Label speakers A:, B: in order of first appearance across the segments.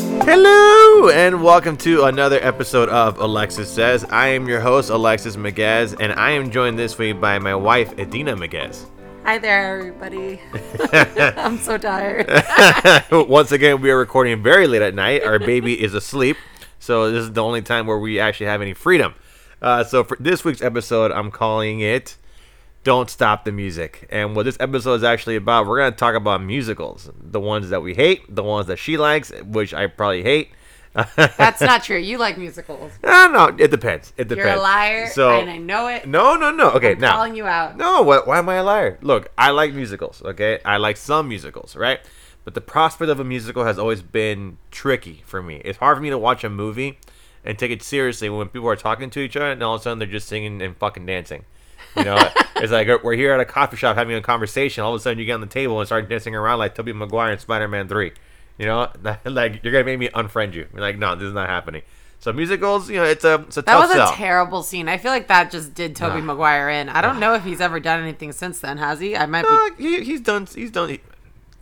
A: Hello and welcome to another episode of Alexis Says. I am your host Alexis Megaz, and I am joined this week by my wife Edina Megaz.
B: Hi there, everybody. I'm so tired.
A: Once again, we are recording very late at night. Our baby is asleep, so this is the only time where we actually have any freedom. Uh, so for this week's episode, I'm calling it "Don't Stop the Music." And what this episode is actually about, we're going to talk about musicals, the ones that we hate, the ones that she likes, which I probably hate.
B: That's not true. You like musicals.
A: I don't know. It depends. It depends.
B: You're a liar,
A: So
B: and I know it.
A: no, no, no. Okay,
B: I'm
A: now
B: calling you out.
A: No, what, why am I a liar? Look, I like musicals. Okay, I like some musicals, right? But the prospect of a musical has always been tricky for me. It's hard for me to watch a movie and take it seriously when people are talking to each other and all of a sudden they're just singing and fucking dancing. You know, it's like we're here at a coffee shop having a conversation. All of a sudden, you get on the table and start dancing around like Tobey Maguire in Spider Man Three. You know, like you're gonna make me unfriend you. You're like, no, this is not happening. So musicals, you know, it's a it's a
B: That
A: tough
B: was
A: sell.
B: a terrible scene. I feel like that just did Toby Maguire in. I don't know if he's ever done anything since then, has he? I might be.
A: Uh, he, he's done. He's done. He,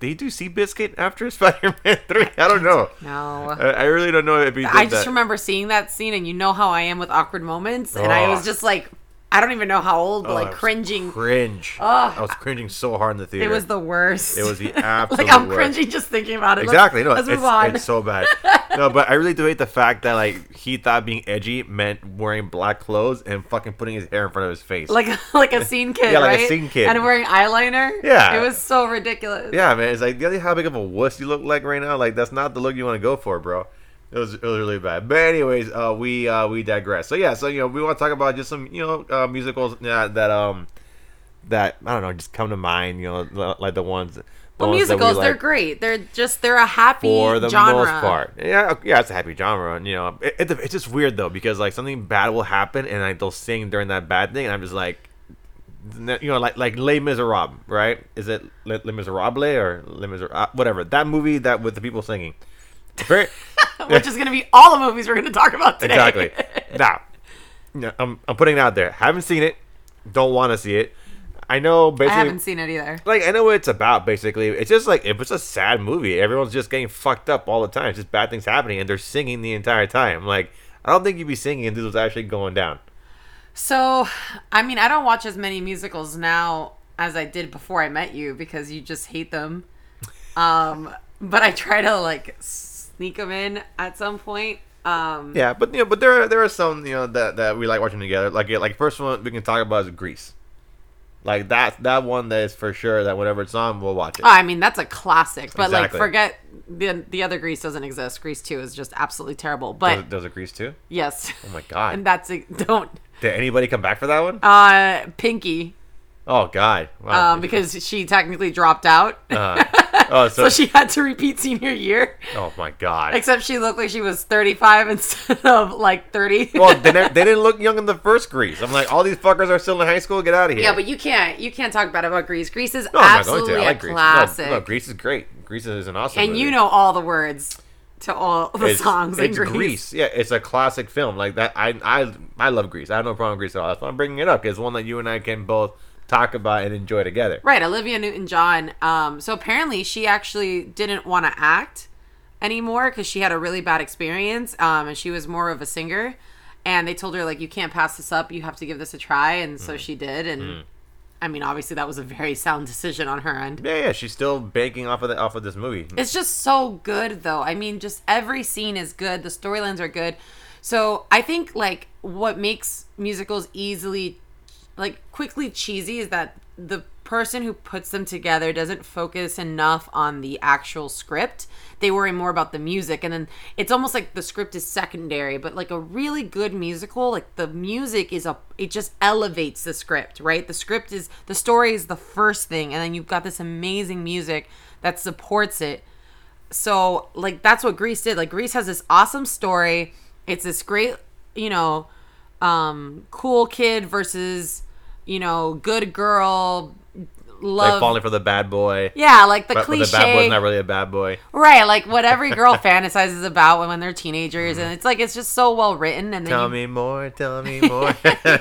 A: did he do Sea Biscuit after Spider Man Three? I don't know.
B: No.
A: I, I really don't know if he did
B: I just
A: that.
B: remember seeing that scene, and you know how I am with awkward moments, and I
A: Ugh.
B: was just like, I don't even know how old, but
A: Oh, I
B: like
A: was
B: cringing.
A: Cringe.
B: Ugh.
A: I was cringing so hard in the
B: It
A: theater.
B: was the worst.
A: It was the
B: like
A: absolute
B: I'm
A: worst.
B: cringing just thinking about it. Let's-
A: Exactly. No,
B: let's
A: it's,
B: move on.
A: it's so bad. No, but I really do hate the fact that like he thought being edgy meant wearing black clothes and fucking putting his hair in front of his face.
B: like like a scene kid,
A: Yeah, like a
B: right?
A: scene kid.
B: and wearing eyeliner.
A: Yeah.
B: it was so ridiculous.
A: yeah, man. It's like the how big of a wuss you look like right now. Like that's not the look you want to go for, bro. It was, it was really bad. But anyways, uh, we uh, we digress. So yeah, so you know we want to talk about just some you know uh, musicals yeah, that um that I don't know just come to mind. You know li- like the ones. The
B: Well,
A: ones that we
B: musicals, they're
A: like
B: great. They're just they're a happy
A: for the
B: genre.
A: most part. Yeah, yeah, it's a happy genre. And, you know, it, it, it's just weird though because like something bad will happen and like they'll sing during that bad thing, and I'm just like, you know, like like Les Miserables, right? Is it Les, Les Miserables or Les Miserables? Uh, Whatever that movie that with the people singing. Very
B: Which is going to be all the movies we're going to talk about today.
A: exactly. now, no, I'm I'm putting it out there. Haven't seen it. Don't want to see it. I know
B: I
A: basically.
B: haven't seen it either.
A: like I know what it's about basically. It's just like if it's a sad movie, everyone's just getting fucked up all the time. It's just bad things happening and they're singing the entire time. Like I don't think you'd be singing if this was actually going down.
B: So, I mean, I don't watch as many musicals now as I did before I met you because you just hate them. Um, but I try to like sneak them in at some point. Um,
A: Yeah, but you know, but there are, there are some you know that, that we like watching together. Like yeah, like first one we can talk about is Grease. Like that that one that is for sure that whenever it's on we'll watch it.
B: Oh, I mean, that's a classic, but like
A: Exactly.
B: forget the the other Grease doesn't exist. Grease 2 is just absolutely terrible. But
A: Does, it- does it Grease too?
B: yes.
A: Oh my god!
B: and that's it. Don't
A: Did anybody come back for that one?
B: uh Pinky
A: oh god! Wow.
B: um, because she technically dropped out,
A: Uh, oh, so,
B: so she had to repeat senior year.
A: oh my god!
B: Except she looked like she was 35 instead of like 30.
A: well, they, never, they didn't look young in the first Grease. I'm like, all these fuckers are still in high school. Get out of here.
B: yeah, but you can't you can't talk bad about Grease. Grease is
A: no, Oh, I'm not going
B: absolutely
A: to. I like
B: a
A: Grease.
B: classic,
A: No, no, Grease is great. Grease is an awesome.
B: and
A: movie.
B: you know all the words to all the
A: it's,
B: songs in
A: It's
B: Grease.
A: Yeah, it's a classic film. Like that, I I I love Grease. I have no problem with Grease at all. That's why I'm bringing it up. It's one that you and I can both talk about and enjoy together.
B: Right, Olivia Newton John. Um, so apparently she actually didn't want to act anymore because she had a really bad experience um, and she was more of a singer. And they told her, like, you can't pass this up. You have to give this a try. And so she did. And I mean, obviously, that was a very sound decision on her end.
A: Yeah, yeah. She's still banking off of the off of this movie.
B: It's just so good, though. I mean, just every scene is good. The storylines are good. So I think like what makes musicals easily, like quickly cheesy, is that the person who puts them together doesn't focus enough on the actual script. They worry more about the music, and then it's almost like the script is secondary. But like a really good musical, like the music is a, it just elevates the script, right? The script is the story is the first thing, and then you've got this amazing music that supports it. So like that's what Greece did. Like Greece has this awesome story. It's this great, you know, um cool kid versus, you know, good girl love.
A: Like falling for the bad boy.
B: yeah, like the
A: But, but the
B: cliche.
A: bad boy's not really a bad boy.
B: Right, like what every girl fantasizes about when, when they're teenagers
A: Mm-hmm.
B: and it's like it's just so well written and then
A: Tell
B: you-
A: me more. Tell me more.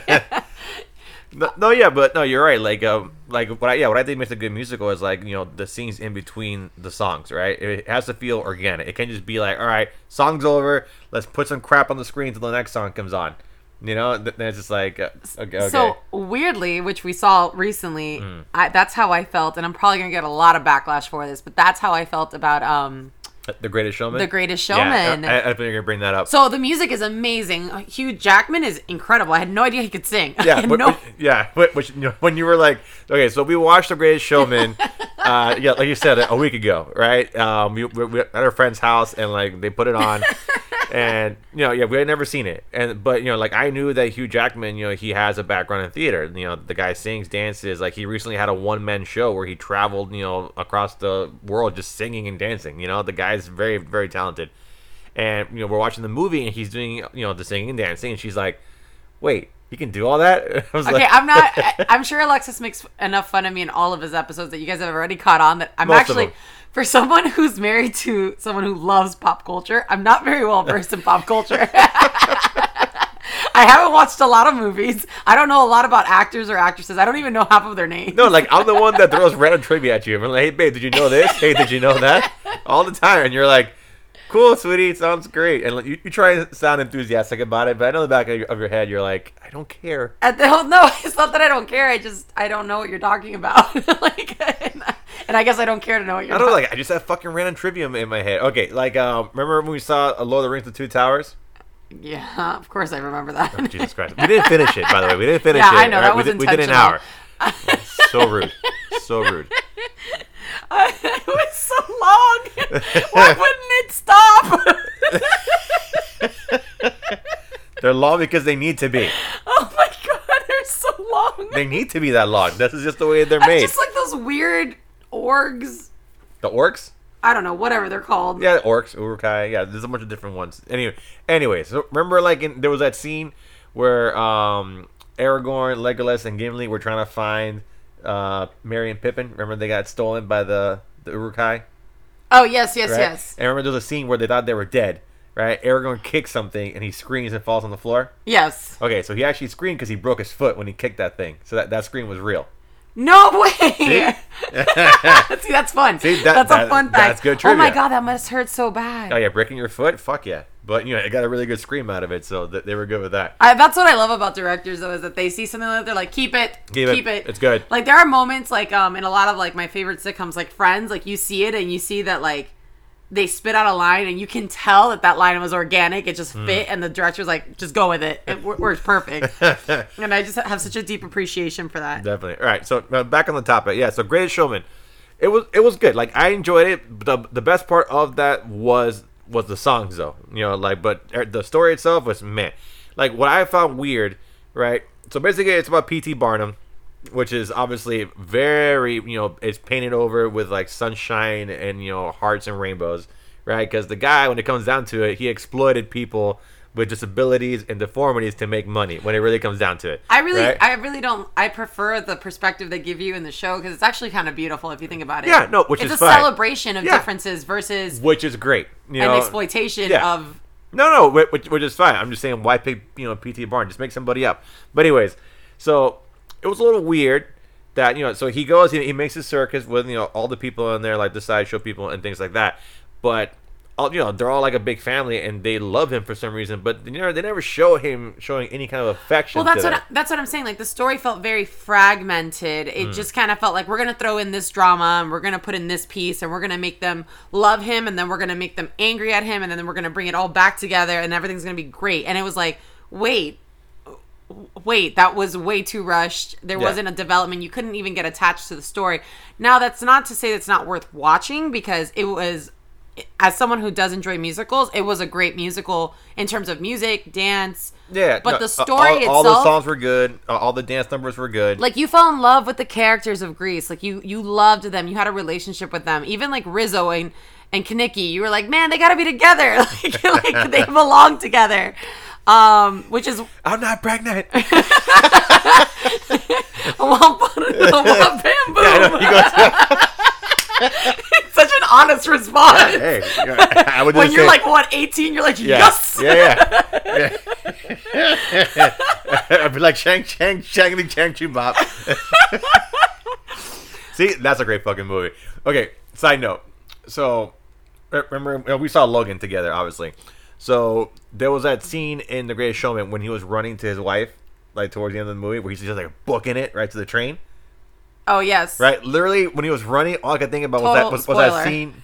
A: No, no, yeah, but no, you're right. Like, um, like what I yeah, what I think makes a good musical is like you know the scenes in between the songs, right? It has to feel organic. It can't just be like, all right, song's over, let's put some crap on the screen until the next song comes on. You know, Th- then it's just like uh, okay, okay. Mm.
B: So weirdly, which we saw recently, I, that's how I felt, and I'm probably gonna get a lot of backlash for this, but that's how I felt about um
A: the Greatest Showman.
B: The Greatest
A: Yeah,
B: Showman.
A: I, I think you're gonna bring that up.
B: So the music is amazing. Hugh Jackman is incredible. I had no idea he could sing. I
A: yeah,
B: had
A: but,
B: no-
A: yeah. But, which, you know, when you were like, okay, so we watched The Greatest Showman. uh, yeah, like you said, a week ago, right? Um, we, we, we at our friend's house, and like they put it on, and you know, yeah, we had never seen it, and but you know, like I knew that Hugh Jackman, you know, he has a background in theater. You know, the guy sings, dances. Like he recently had a one man show where he traveled, you know, across the world just singing and dancing. You know, the guy's very very talented. And you know we're watching the movie and he's doing you know the singing and dancing and she's like, "Wait, he can do all that?" I was
B: okay, I'm not. I, I'm sure Alexis makes enough fun of me in all of his episodes that you guys have already caught on that I'm
A: Most of
B: actually.
A: them.
B: For someone who's married to someone who loves pop culture, I'm not very well versed in pop culture. I haven't watched a lot of movies. I don't know a lot about actors or actresses. I don't even know half of their names.
A: No, like I'm the one that throws random trivia at you. I'm like, hey babe, did you know this? Hey, did you know that? All the time, and you're like, cool, sweetie, it sounds great. And like, you, you try and sound enthusiastic about it, but I know in the back of your, of your head, you're like, I don't care.
B: At the whole, no, it's not that I don't care. I just I don't know what you're talking about. like, and, I- and I guess I don't care to know what you're.
A: I don't
B: talking-
A: like. I just have fucking random trivia in my head. Okay, like um, remember when we saw Lord of the Rings: The Two Towers?
B: Yeah, of course I remember that.
A: Jesus Christ, we didn't finish it. By the way, we didn't finish
B: Yeah,
A: it.
B: I know, that
A: we
B: was
A: did, we did an hour.
B: intentional.
A: so rude. So rude.
B: it was so long. Why wouldn't it stop?
A: They're long because they need to be.
B: oh my god, they're so long.
A: They need to be that long. This is just the way they're made.
B: Just like those weird orgs.
A: the orcs.
B: I don't know, whatever they're called.
A: Yeah, orcs, urukai. Yeah, there's a bunch of different ones. Anyway, anyway, so remember like in, there was that scene where um Aragorn, Legolas, and Gimli were trying to find uh Merry and Pippin. Remember they got stolen by the the urukai.
B: Oh yes, yes,
A: Right?
B: yes,
A: And remember there was a scene where they thought they were dead. Right? Aragorn kicks something and he screams and falls on the floor.
B: yes.
A: Okay, so he actually screamed because he broke his foot when he kicked that thing. So that that scream was real.
B: No way. See, that's fun.
A: See, that-
B: that's
A: that-
B: a fun fact.
A: that's good
B: Oh my
A: trivia.
B: god, that must hurt so bad.
A: Oh yeah, breaking your foot? Fuck yeah. But you know, it got a really good scream out of it, so th- they were good with that.
B: I, that's what I love about directors though is that they see something like that, they're like keep it
A: Keep it. It's good.
B: like there are moments like um in a lot of like my favorite sitcoms like Friends like you see it and you see that like they spit out a line and you can tell that that line was organic
A: Hmm.
B: it just fit and the director's like just go with it it wor- works perfect and I just have such a deep appreciation for that
A: Definitely. All right. So uh, back on the topic. Yeah. So Greatest Showman, it was it was good. Like I enjoyed it. But the the best part of that was was the songs though. You know, like but er, the story itself was meh. Like what I found weird, right? So basically, it's about P.T. Barnum, which is obviously very you know it's painted over with like sunshine and you know hearts and rainbows, right? Because the guy, when it comes down to it, he exploited people with disabilities and deformities to make money. When it really comes down to it,
B: I really
A: right?
B: I really don't I prefer the perspective they give you in the show because it's actually kind of beautiful if you think about it
A: Yeah, no, which
B: it's
A: is
B: a
A: fine.
B: celebration of
A: Yeah.
B: differences versus
A: which is great. You
B: an
A: know?
B: exploitation
A: yeah.
B: of
A: No, no, whi- which, which is fine. I'm just saying, why pick you know PT Barn? Just make somebody up. But anyways, so it was a little weird that you know. So he goes, he, he makes his circus with you know all the people in there, like the sideshow people and things like that. But all you know, they're all like a big family, and they love him for some reason. But you know, they never show him showing any kind of affection.
B: Well, that's
A: to
B: what I,
A: them.
B: that's what I'm saying. Like the story felt very fragmented.
A: Hmm.
B: It just kind of felt like we're gonna throw in this drama and we're gonna put in this piece and we're gonna make them love him and then we're gonna make them angry at him and then we're gonna bring it all back together and everything's gonna be great. And it was like, wait, w- wait, that was way too rushed. There
A: Yeah.
B: wasn't a development. You couldn't even get attached to the story. Now that's not to say that's not worth watching because it was. As someone who does enjoy musicals, it was a great musical in terms of music, dance,
A: yeah,
B: but
A: no,
B: the
A: a-
B: story
A: all, all the
B: itself-
A: songs were good. a- All the dance numbers were good.
B: like you fell in love with the characters of Greece. Like you you loved them. You had a relationship with them. Even like Rizzo and and Kanicki, you were like, man, they gotta be together. Like, like they belong together. Um, which is
A: I'm not pregnant.
B: Womp Bam Boom.
A: he goes,
B: Such an honest response.
A: hey, you know, I would do
B: When
A: the
B: you're
A: same.
B: like what, 18, you're like,
A: Yeah.
B: yes.
A: Yeah, yeah. I'd be like Chang Chang Changly Chang Ching Bop. See, that's a great fucking movie. Okay, side note. So re- remember we saw Logan together, obviously. So there was that scene in The Greatest Showman when he was running to his wife, like towards the end of the movie, where he's just like booking it right to the train.
B: Oh yes.
A: Right, literally when he was running, all I could think about was
B: Total
A: that was, was that
B: spoiler.
A: scene.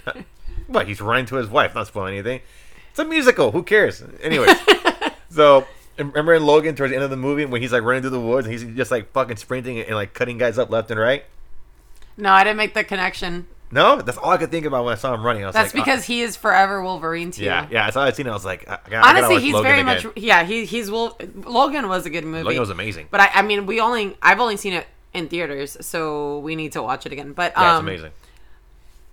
A: What he's running to his wife, not spoiling anything. It's a musical. Who cares? Anyways, so and remember in Logan towards the end of the movie when he's like running through the woods and he's just like fucking sprinting and like cutting guys up left and right.
B: No, I didn't make the connection.
A: No, that's all I could think about when I saw him running. I was
B: That's
A: like,
B: because he is forever Wolverine to
A: oh,
B: you.
A: yeah, yeah. I saw that scene. I was like, I, I gotta- I gotta
B: Honestly,
A: watch
B: he's
A: Logan
B: very
A: again.
B: much yeah. He he's Wol- Logan was a good movie.
A: Logan was amazing.
B: But I, I mean, we only I've only seen it in theaters, so we need to watch it again. But um,
A: yeah, it's amazing.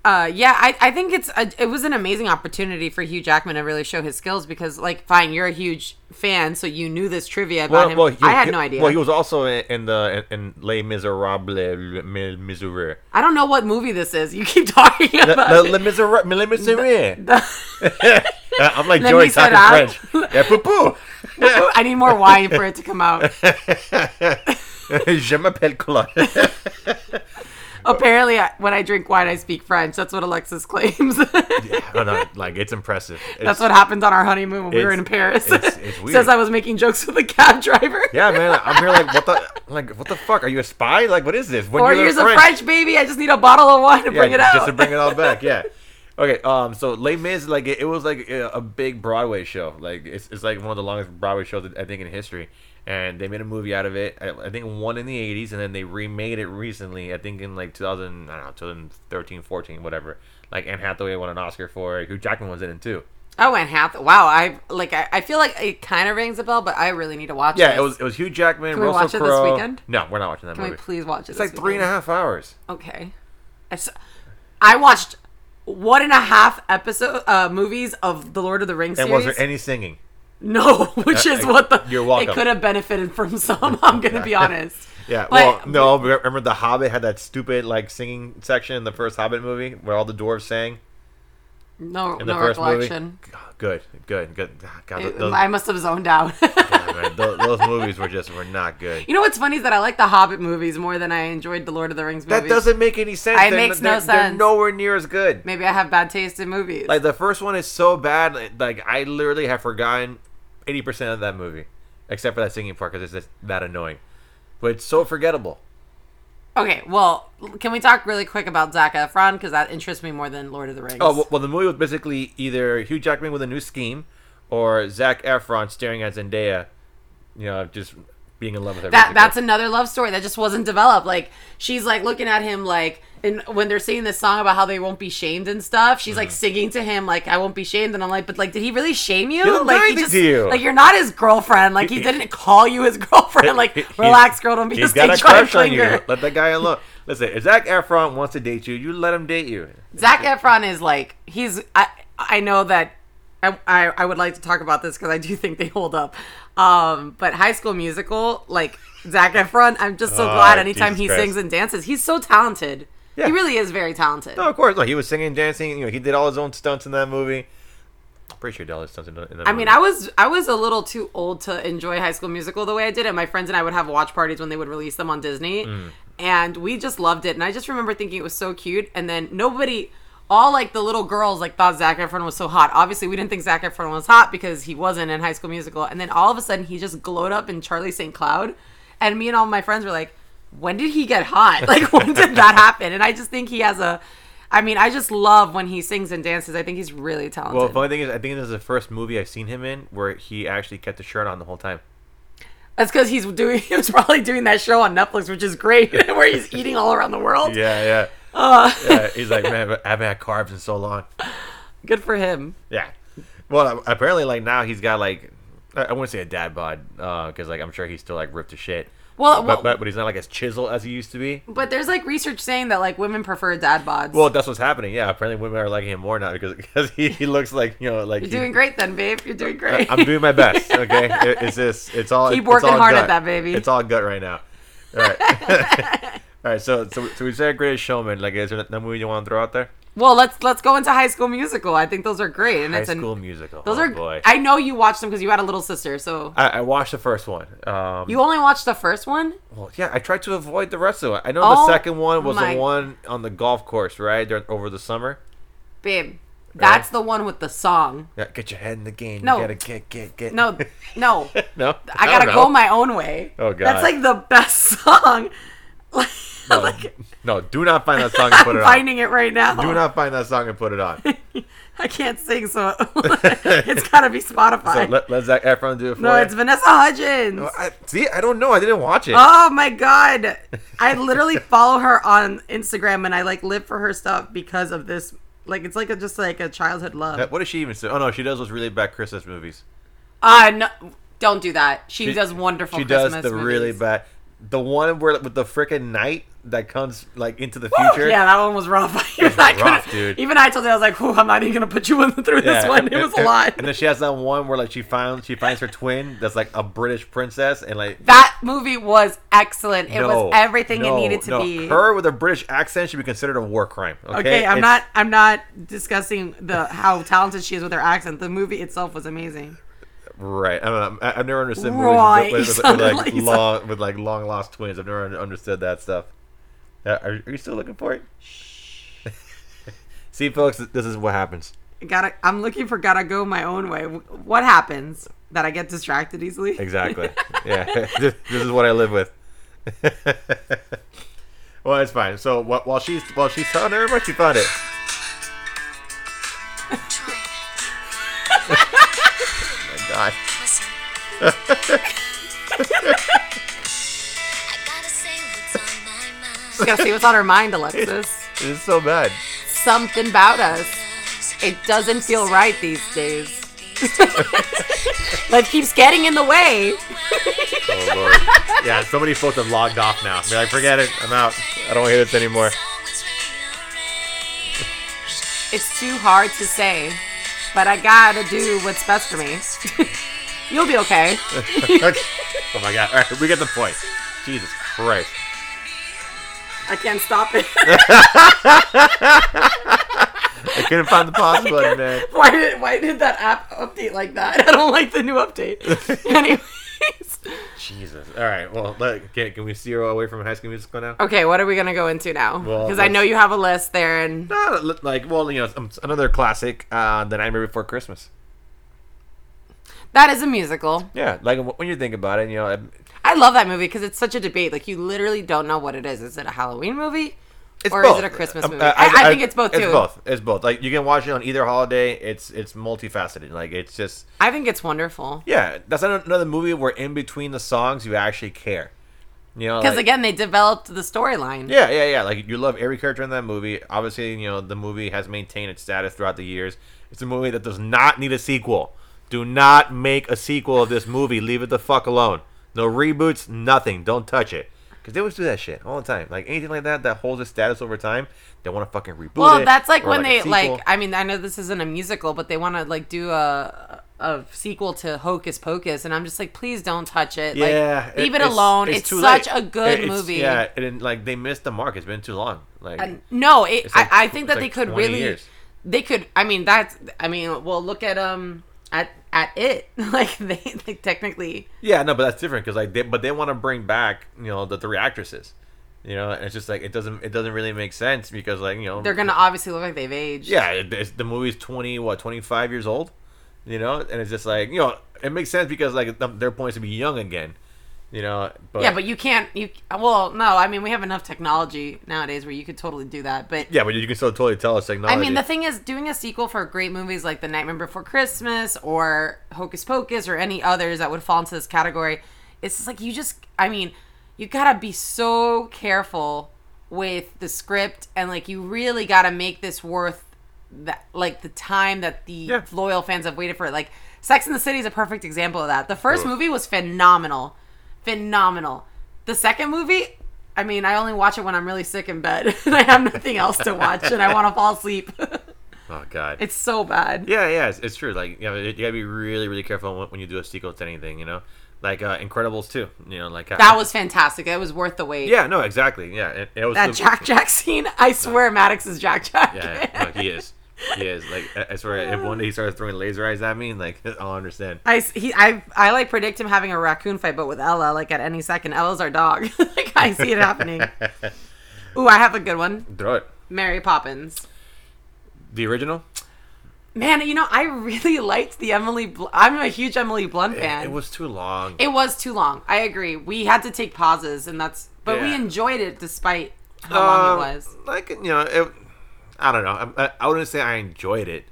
B: Uh, yeah, I, I think it's a, it was an amazing opportunity for Hugh Jackman to really show his skills because like fine, you're a huge fan, so you knew this trivia about him.
A: he-
B: I had
A: he-
B: no idea.
A: Well, he was also in, in the in, in Les Miserables, Mis- Miserables.
B: I don't know what movie this is. You keep talking about
A: Le,
B: it.
A: le, misera- le Miserere. Uh, I'm like
B: Le
A: Joey talking
B: Miserable.
A: French. Yeah, poo poo.
B: I need more wine for it to come out.
A: Je m'appelle Claude.
B: Apparently, I, when I drink wine, I speak French. That's what Alexis claims.
A: I don't know. Oh, Like, it's impressive.
B: That's
A: It's-
B: what happened on our honeymoon when we were
A: it's-
B: in Paris.
A: it's- it's weird.
B: Says I was making jokes with a cab driver.
A: Yeah, man. I'm here like, what the, like, what the fuck? Are you a spy? Like, what is this? When
B: Four
A: you're
B: years of French, baby. I just need a bottle of wine to
A: Yeah,
B: bring it out.
A: Just to bring it all back. Yeah. Okay. Um. So Les Mis, like, it, it was like a, a big Broadway show. Like, it's, it's like one of the longest Broadway shows I think in history. And they made a movie out of it. I, I think one in the '80s, and then they remade it recently. I think in like 2000, I don't know, 2013, 14, whatever. Like Anne Hathaway won an Oscar for it. Hugh Jackman was in it too.
B: Oh, and half. Wow, I like. I, I feel like it kind of rings a bell, but I really need to watch.
A: Yeah,
B: this.
A: it was it was Hugh Jackman.
B: Can we
A: Russell
B: watch it this
A: Crowe.
B: weekend?
A: No, we're not watching that
B: Can we
A: movie.
B: please watch it?
A: It's like three and a half hours.
B: Okay. I, s- I watched one and a half episode uh, movies of the Lord of the Rings
A: And
B: series.
A: was there any singing?
B: no, which is
A: I-
B: what the
A: you're welcome.
B: It could have benefited from some. I'm gonna be honest.
A: Yeah, well,
B: But-
A: no. re- Remember the Hobbit had that stupid like singing section in the first Hobbit movie where all the dwarves sang
B: No,
A: in the
B: no
A: first
B: recollection.
A: movie. God, Good, good, good. Ah, God,
B: It-
A: those,
B: I must have zoned out.
A: man, tho- those, movies were just were not good.
B: you know what's funny is that I like the Hobbit movies more than I enjoyed the Lord of the Rings movies.
A: That doesn't make any sense.
B: It
A: They're-
B: makes no
A: they're- They're
B: sense.
A: nowhere near as good.
B: Maybe I have bad taste in movies.
A: Like the first one is so bad. like- Like I literally have forgotten eighty percent of that movie, except for that singing part because it's just that annoying. But it's so forgettable.
B: Okay, well, can we talk really quick about Zac Efron because that interests me more than Lord of the Rings.
A: Oh well, well, the movie was basically either Hugh Jackman with a new scheme, or Zach Efron staring at Zendaya, you know, just being in love with her.
B: that that's
A: basically.
B: another love story that just wasn't developed. Like she's like looking at him like, and when they're singing this song about how they won't be shamed and stuff, she's
A: Uh-huh.
B: like singing to him like, "I won't be shamed," and I'm like, "But like, did he really shame you?
A: didn't do
B: like,
A: anything to you."
B: like you're not his girlfriend. Like he,
A: He-
B: didn't call you his girlfriend. Like,
A: He- he's-
B: relax, girl, don't be a
A: He's got
B: stage
A: a crush on you.
B: finger."
A: Let that guy alone. Listen, if Zach Efron wants to date you, you let him date you.
B: Zach Efron is like he's I I know that I I, I would like to talk about this because I do think they hold up. Um, but High School Musical, like Zach Efron, I'm just so
A: Oh,
B: glad anytime
A: Jesus
B: he
A: Christ.
B: sings and dances, he's so talented.
A: Yeah.
B: He really is very talented.
A: No, of course, no. He was singing, dancing. You know, he did all his own stunts in that movie. I'm pretty sure he did all his stunts in that. In that
B: I mean, I was I was a little too old to enjoy High School Musical the way I did it. My friends and I would have watch parties when they would release them on Disney, and we just loved it. And I just remember thinking it was so cute. And then nobody, all like the little girls, like thought Zac Efron was so hot. Obviously, we didn't think Zac Efron was hot because he wasn't in High School Musical. And then all of a sudden, he just glowed up in Charlie St. Cloud, and me and all my friends were like, "When did he get hot? Like, when did that happen?" And I just think he has a. I mean, I just love when he sings and dances. I think he's really talented.
A: Well, the funny thing is, I think this is the first movie I've seen him in where he actually kept the shirt on the whole time.
B: That's because he's doing. He was probably doing that show on Netflix, which is great, where he's eating all around the world.
A: Yeah, yeah.
B: Uh.
A: yeah he's like, man, I haven't had carbs in so long.
B: Good for him.
A: Yeah. Well, a- apparently, like now he's got like I I wouldn't say a dad bod because like I'm sure he's still like ripped to shit.
B: Well,
A: but,
B: well-
A: but but he's not like as chiseled as he used to be.
B: But there's like research saying that like women prefer dad bods.
A: Well, that's what's happening. Yeah, apparently women are liking him more now because because he, he looks like you know like
B: you're
A: he-
B: doing great then, babe. You're doing great.
A: I'm doing my best. Okay, It- it's this. It's all.
B: Keep
A: it's
B: working
A: all
B: hard at
A: gut.
B: that, baby.
A: It's all gut right now. All right. all right. So so so we said Greatest Showman. Like, is there that movie you want to throw out there?
B: Well, let's let's go into High School Musical. I think those are great, and
A: High
B: it's
A: School
B: an,
A: Musical.
B: those
A: oh,
B: are.
A: boy. I,
B: I know you watched them because you had a little sister, so
A: I watched the first one. Um,
B: you only watched the first one.
A: well, yeah, I tried to avoid the rest of it. I know
B: Oh
A: the second one was
B: my-
A: the one on the golf course, right? During, over the summer.
B: Babe, that's
A: Uh-huh.
B: the one with the song.
A: Yeah, get your head in the game.
B: No.
A: You gotta get, get, get.
B: No, no.
A: no.
B: I gotta
A: don't
B: go
A: know.
B: my own way.
A: Oh, God.
B: That's like the best song. like,
A: No,
B: like
A: no, do not find that song and put
B: I'm
A: it on.
B: finding it right now.
A: Do not find that song and put it on.
B: I can't sing, so it's gotta be Spotify.
A: So let, let Zac Efron do it for
B: no,
A: you.
B: it's Vanessa Hudgens.
A: No, I, see, I don't know. I didn't watch it.
B: Oh my god. I literally follow her on Instagram and I like live for her stuff because of this. Like it's like a just like a childhood love.
A: what does she even say? Oh no, she does those really bad Christmas movies.
B: Uh no don't do that. She, does wonderful
A: She
B: Christmas
A: does the
B: movies.
A: really bad, the one where with the freaking knight that comes like into the
B: Woo!
A: future.
B: Yeah, that one was rough. Even I couldn't-
A: rough, dude.
B: Even I told you I was like, "Whew, I'm not even gonna put you in through this
A: Yeah,
B: one. It
A: and-
B: was a
A: and-
B: lot.
A: And then she has that one where like she finds she finds her twin that's like a British princess and like
B: that movie was excellent. It
A: no,
B: was everything
A: no,
B: it needed to
A: no.
B: be.
A: Her with a British accent should be considered a war crime. Okay,
B: okay, I'm
A: It's-
B: not. I'm not discussing the how talented she is with her accent. The movie itself was amazing.
A: Right. I don't know. I, I've never understood
B: Right.
A: movies with,
B: You
A: with, with,
B: sounded
A: like
B: like- you
A: long with like long lost twins. I've never un- understood that stuff. Uh, are, are you still looking for it? See, folks, th- this is what happens.
B: Gotta. I'm looking for gotta go my own way. What happens that I get distracted easily?
A: Exactly. yeah. this, this is what I live with. well, it's fine. So wh- while she's while she's telling everybody, she found it. Oh my God.
B: Just gotta see what's on her mind, Alexis.
A: This is so bad.
B: Something about us. It doesn't feel right these days. Life keeps getting in the way.
A: Oh, Lord. yeah, so many folks have logged off now. Be like, forget it. I'm out. I don't want to hear this anymore.
B: It's too hard to say, but I gotta do what's best for me. You'll be okay.
A: Okay. oh my god. All right, we get the point. Jesus Christ.
B: I can't stop it.
A: I couldn't find the pause button, man.
B: why did why did that app update like that? I don't like the new update. Anyways.
A: Jesus. All right. Well, let, can, can we steer away from High School Musical now?
B: Okay, what are we gonna go into now?
A: Well,
B: Because I
A: let's-
B: know you have a list there, and
A: No, Uh, li- like, well, you know, um, another classic, uh, The Nightmare Before Christmas.
B: that is a musical.
A: Yeah, like wh- when you think about it, you know, um,
B: I love that movie because it's such a debate. Like you literally don't know what it is. Is it a Halloween movie?
A: it's
B: Or is
A: both.
B: it a Christmas
A: Um,
B: movie? I- I think it's both,
A: It's
B: too.
A: both. It's both. Like you can watch it on either holiday. It's it's multifaceted. Like it's just
B: I think it's wonderful
A: Yeah, that's an- another movie where in between the songs you actually care. You know,
B: because
A: like-
B: again they developed the storyline.
A: yeah, yeah, yeah. Like you love every character in that movie. Obviously, you know the movie has maintained its status throughout the years. It's a movie that does not need a sequel. Do not make a sequel of this movie. Leave it the fuck alone. No reboots, nothing. Don't touch it. Because they always do that shit all the time. Like anything like that that holds its status over time, they want to fucking reboot it.
B: Well, that's like
A: or, a
B: when they like.
A: sequel.
B: I mean, I know this isn't a musical, but they want to like do a a sequel to Hocus Pocus, and I'm just like, please don't touch it.
A: yeah,
B: like, leave it,
A: it's-
B: alone. It's,
A: too
B: such
A: late.
B: a good
A: It- it's-
B: movie.
A: Yeah, and like they missed the mark. It's been too long. Like
B: And- no, it,
A: It's like
B: I, I
A: tw-
B: think
A: it's
B: that they
A: like
B: could
A: 20
B: really,
A: years.
B: they could. I mean, that's. I mean, well, look at um at at it. Like they like technically.
A: Yeah, no, but that's different because like, they, but they want to bring back you know the three actresses, you know, and it's just like it doesn't it doesn't really make sense because like you know
B: They're gonna obviously look like they've aged.
A: yeah it, it's, the movie's twenty what twenty five years old, you know, and it's just like you know it makes sense because like th- their point is to be young again, you know, but
B: Yeah, but you can't. You well, no. I mean, we have enough technology nowadays where you could totally do that. But
A: yeah, but you can still totally tell us technology.
B: I mean, the thing is, doing a sequel for great movies like The Nightmare Before Christmas or Hocus Pocus or any others that would fall into this category, it's just like you just, I mean, you gotta be so careful with the script and like you really gotta make this worth that, like the time that the
A: Yeah.
B: loyal fans have waited for it. Like Sex and the City is a perfect example of that. The first
A: Ugh.
B: movie was phenomenal, phenomenal. The second movie, I mean, I only watch it when I'm really sick in bed and I have nothing else to watch and I want to fall asleep.
A: oh god,
B: It's so bad.
A: yeah, yeah, it's, it's true. Like you know, you gotta be really really careful when, when you do a sequel to anything, you know. like uh, Incredibles too. You know, like uh,
B: That was fantastic. It was worth the wait.
A: yeah, no, exactly, yeah. It, it was
B: That
A: the-
B: Jack Jack scene, I swear Maddox is Jack Jack.
A: Yeah, yeah, no, he is. He is like I- I swear, if one day he starts throwing laser eyes at me, like I'll understand.
B: I, s- he, I, I like predict him having a raccoon fight, but with Ella, like at any second, Ella's our dog. like I see it happening. Ooh, I have a good one.
A: Throw it.
B: Mary Poppins.
A: The original.
B: Man, you know, I really liked the Emily. Bl- I'm a huge Emily Blunt fan.
A: It was too long.
B: It was too long. I agree. We had to take pauses, and that's. But we
A: Yeah.
B: enjoyed it despite how long it
A: Um,
B: was.
A: Like you know, it, I don't know. I, I, I wouldn't say I enjoyed it.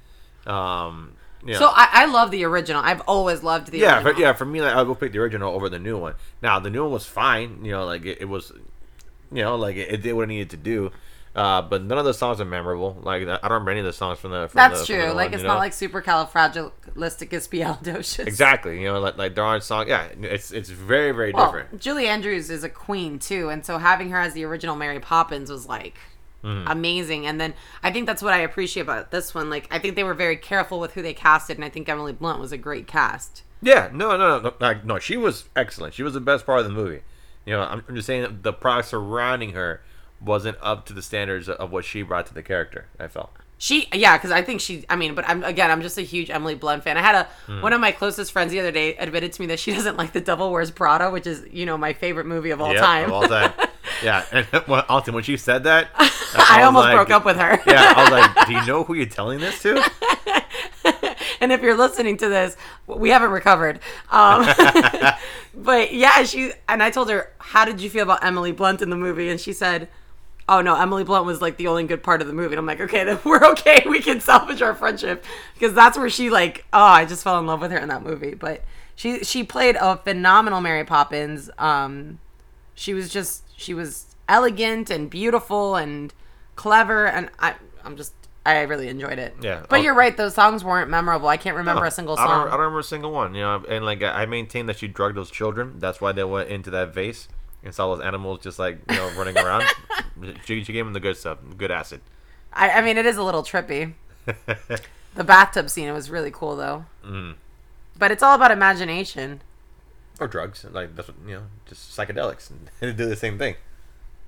A: Um, yeah.
B: So I, I love the original. I've always loved the
A: yeah,
B: original.
A: for, yeah. For me, like I will pick the original over the new one. Now the new one was fine. You know, like it, it was, you know, like it, it did what it needed to do. Uh, but none of the songs are memorable. Like I don't remember any of the songs from the. From
B: That's
A: the- from
B: true.
A: the
B: like
A: one,
B: it's
A: you
B: not
A: know?
B: like supercalifragilisticexpialidocious.
A: Exactly, you know, like, like there aren't songs. Yeah, it's it's very very
B: Well,
A: different.
B: Julie Andrews is a queen too, and so having her as the original Mary Poppins was like
A: Mm.
B: amazing. And then I think that's what I appreciate about this one. Like I think they were very careful with who they casted, and I think Emily Blunt was a great cast.
A: Yeah, no, no, no, like, no. She was excellent. She was the best part of the movie. You know, I'm, I'm just saying that the product surrounding her wasn't up to the standards of what she brought to the character. I felt.
B: She, yeah, because I think she. I mean, but I'm again, I'm just a huge Emily Blunt fan. I had a
A: Mm.
B: one of my closest friends the other day admitted to me that she doesn't like The Devil Wears Prada, which is you know my favorite movie of all
A: Yep,
B: time.
A: Of all time. yeah, and well, Alton, when she said that,
B: I,
A: was
B: almost
A: like-
B: broke up with her.
A: Yeah, I was like, "Do you know who you're telling this to?"
B: and if you're listening to this, we haven't recovered. Um, but yeah, she and I told her, "How did you feel about Emily Blunt in the movie?" And she said, "Oh no, Emily Blunt was like the only good part of the movie." And I'm like, "Okay, then we're okay. We can salvage our friendship because that's where she like, oh, I just fell in love with her in that movie." But she she played a phenomenal Mary Poppins. Um, she was just she was elegant and beautiful and clever and I I'm just I really enjoyed it.
A: Yeah.
B: But
A: Oh.
B: you're right, those songs weren't memorable. I can't remember a single
A: I don't, I
B: song.
A: don't remember a single one. You know, and like I maintain that she drugged those children. That's why they went into that vase and saw those animals just like you know running around. she, she gave them the good stuff, good acid.
B: I, I mean, it is a little trippy. the bathtub scene it was really cool though. Mm. But it's all about imagination.
A: or drugs like that's what you know just psychedelics and do the same thing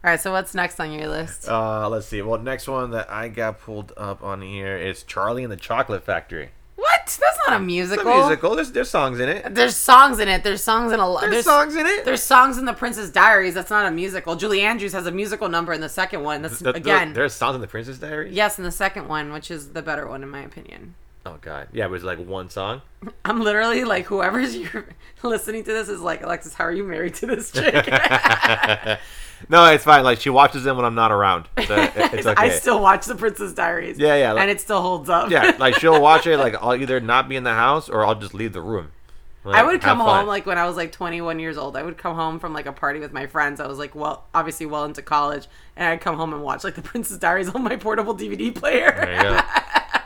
B: All right, so what's next on your list?
A: uh let's see well next one that i got pulled up on here is charlie and the chocolate factory
B: what? That's not a
A: the
B: musical.
A: musical there's, there's songs in it there's,
B: There's songs in it. There's songs in a lot. There's,
A: songs in it
B: there's songs in the Princess Diaries. That's not a musical. Julie Andrews has a musical number in the second one. That's
A: Th- th-
B: again.
A: there's songs in the princess diaries
B: Yes, in the second one, which is the better one in my opinion.
A: oh god yeah it was like one song
B: I'm literally like, whoever's you listening to this is like, Alexis, how are you married to this chick?
A: no it's fine like she watches them when i'm not around so it- it's okay
B: I still watch The Princess Diaries.
A: Yeah, yeah, like-
B: and it still holds up.
A: yeah like she'll watch it like i'll either not be in the house or i'll just leave the room
B: I
A: Like,
B: would
A: have
B: come
A: fun.
B: home like when I was like 21 years old. I would come home from like a party with my friends. I was like, well, obviously well into college, and I'd come home and watch like The Princess Diaries on my portable DVD
A: There
B: player.
A: you go.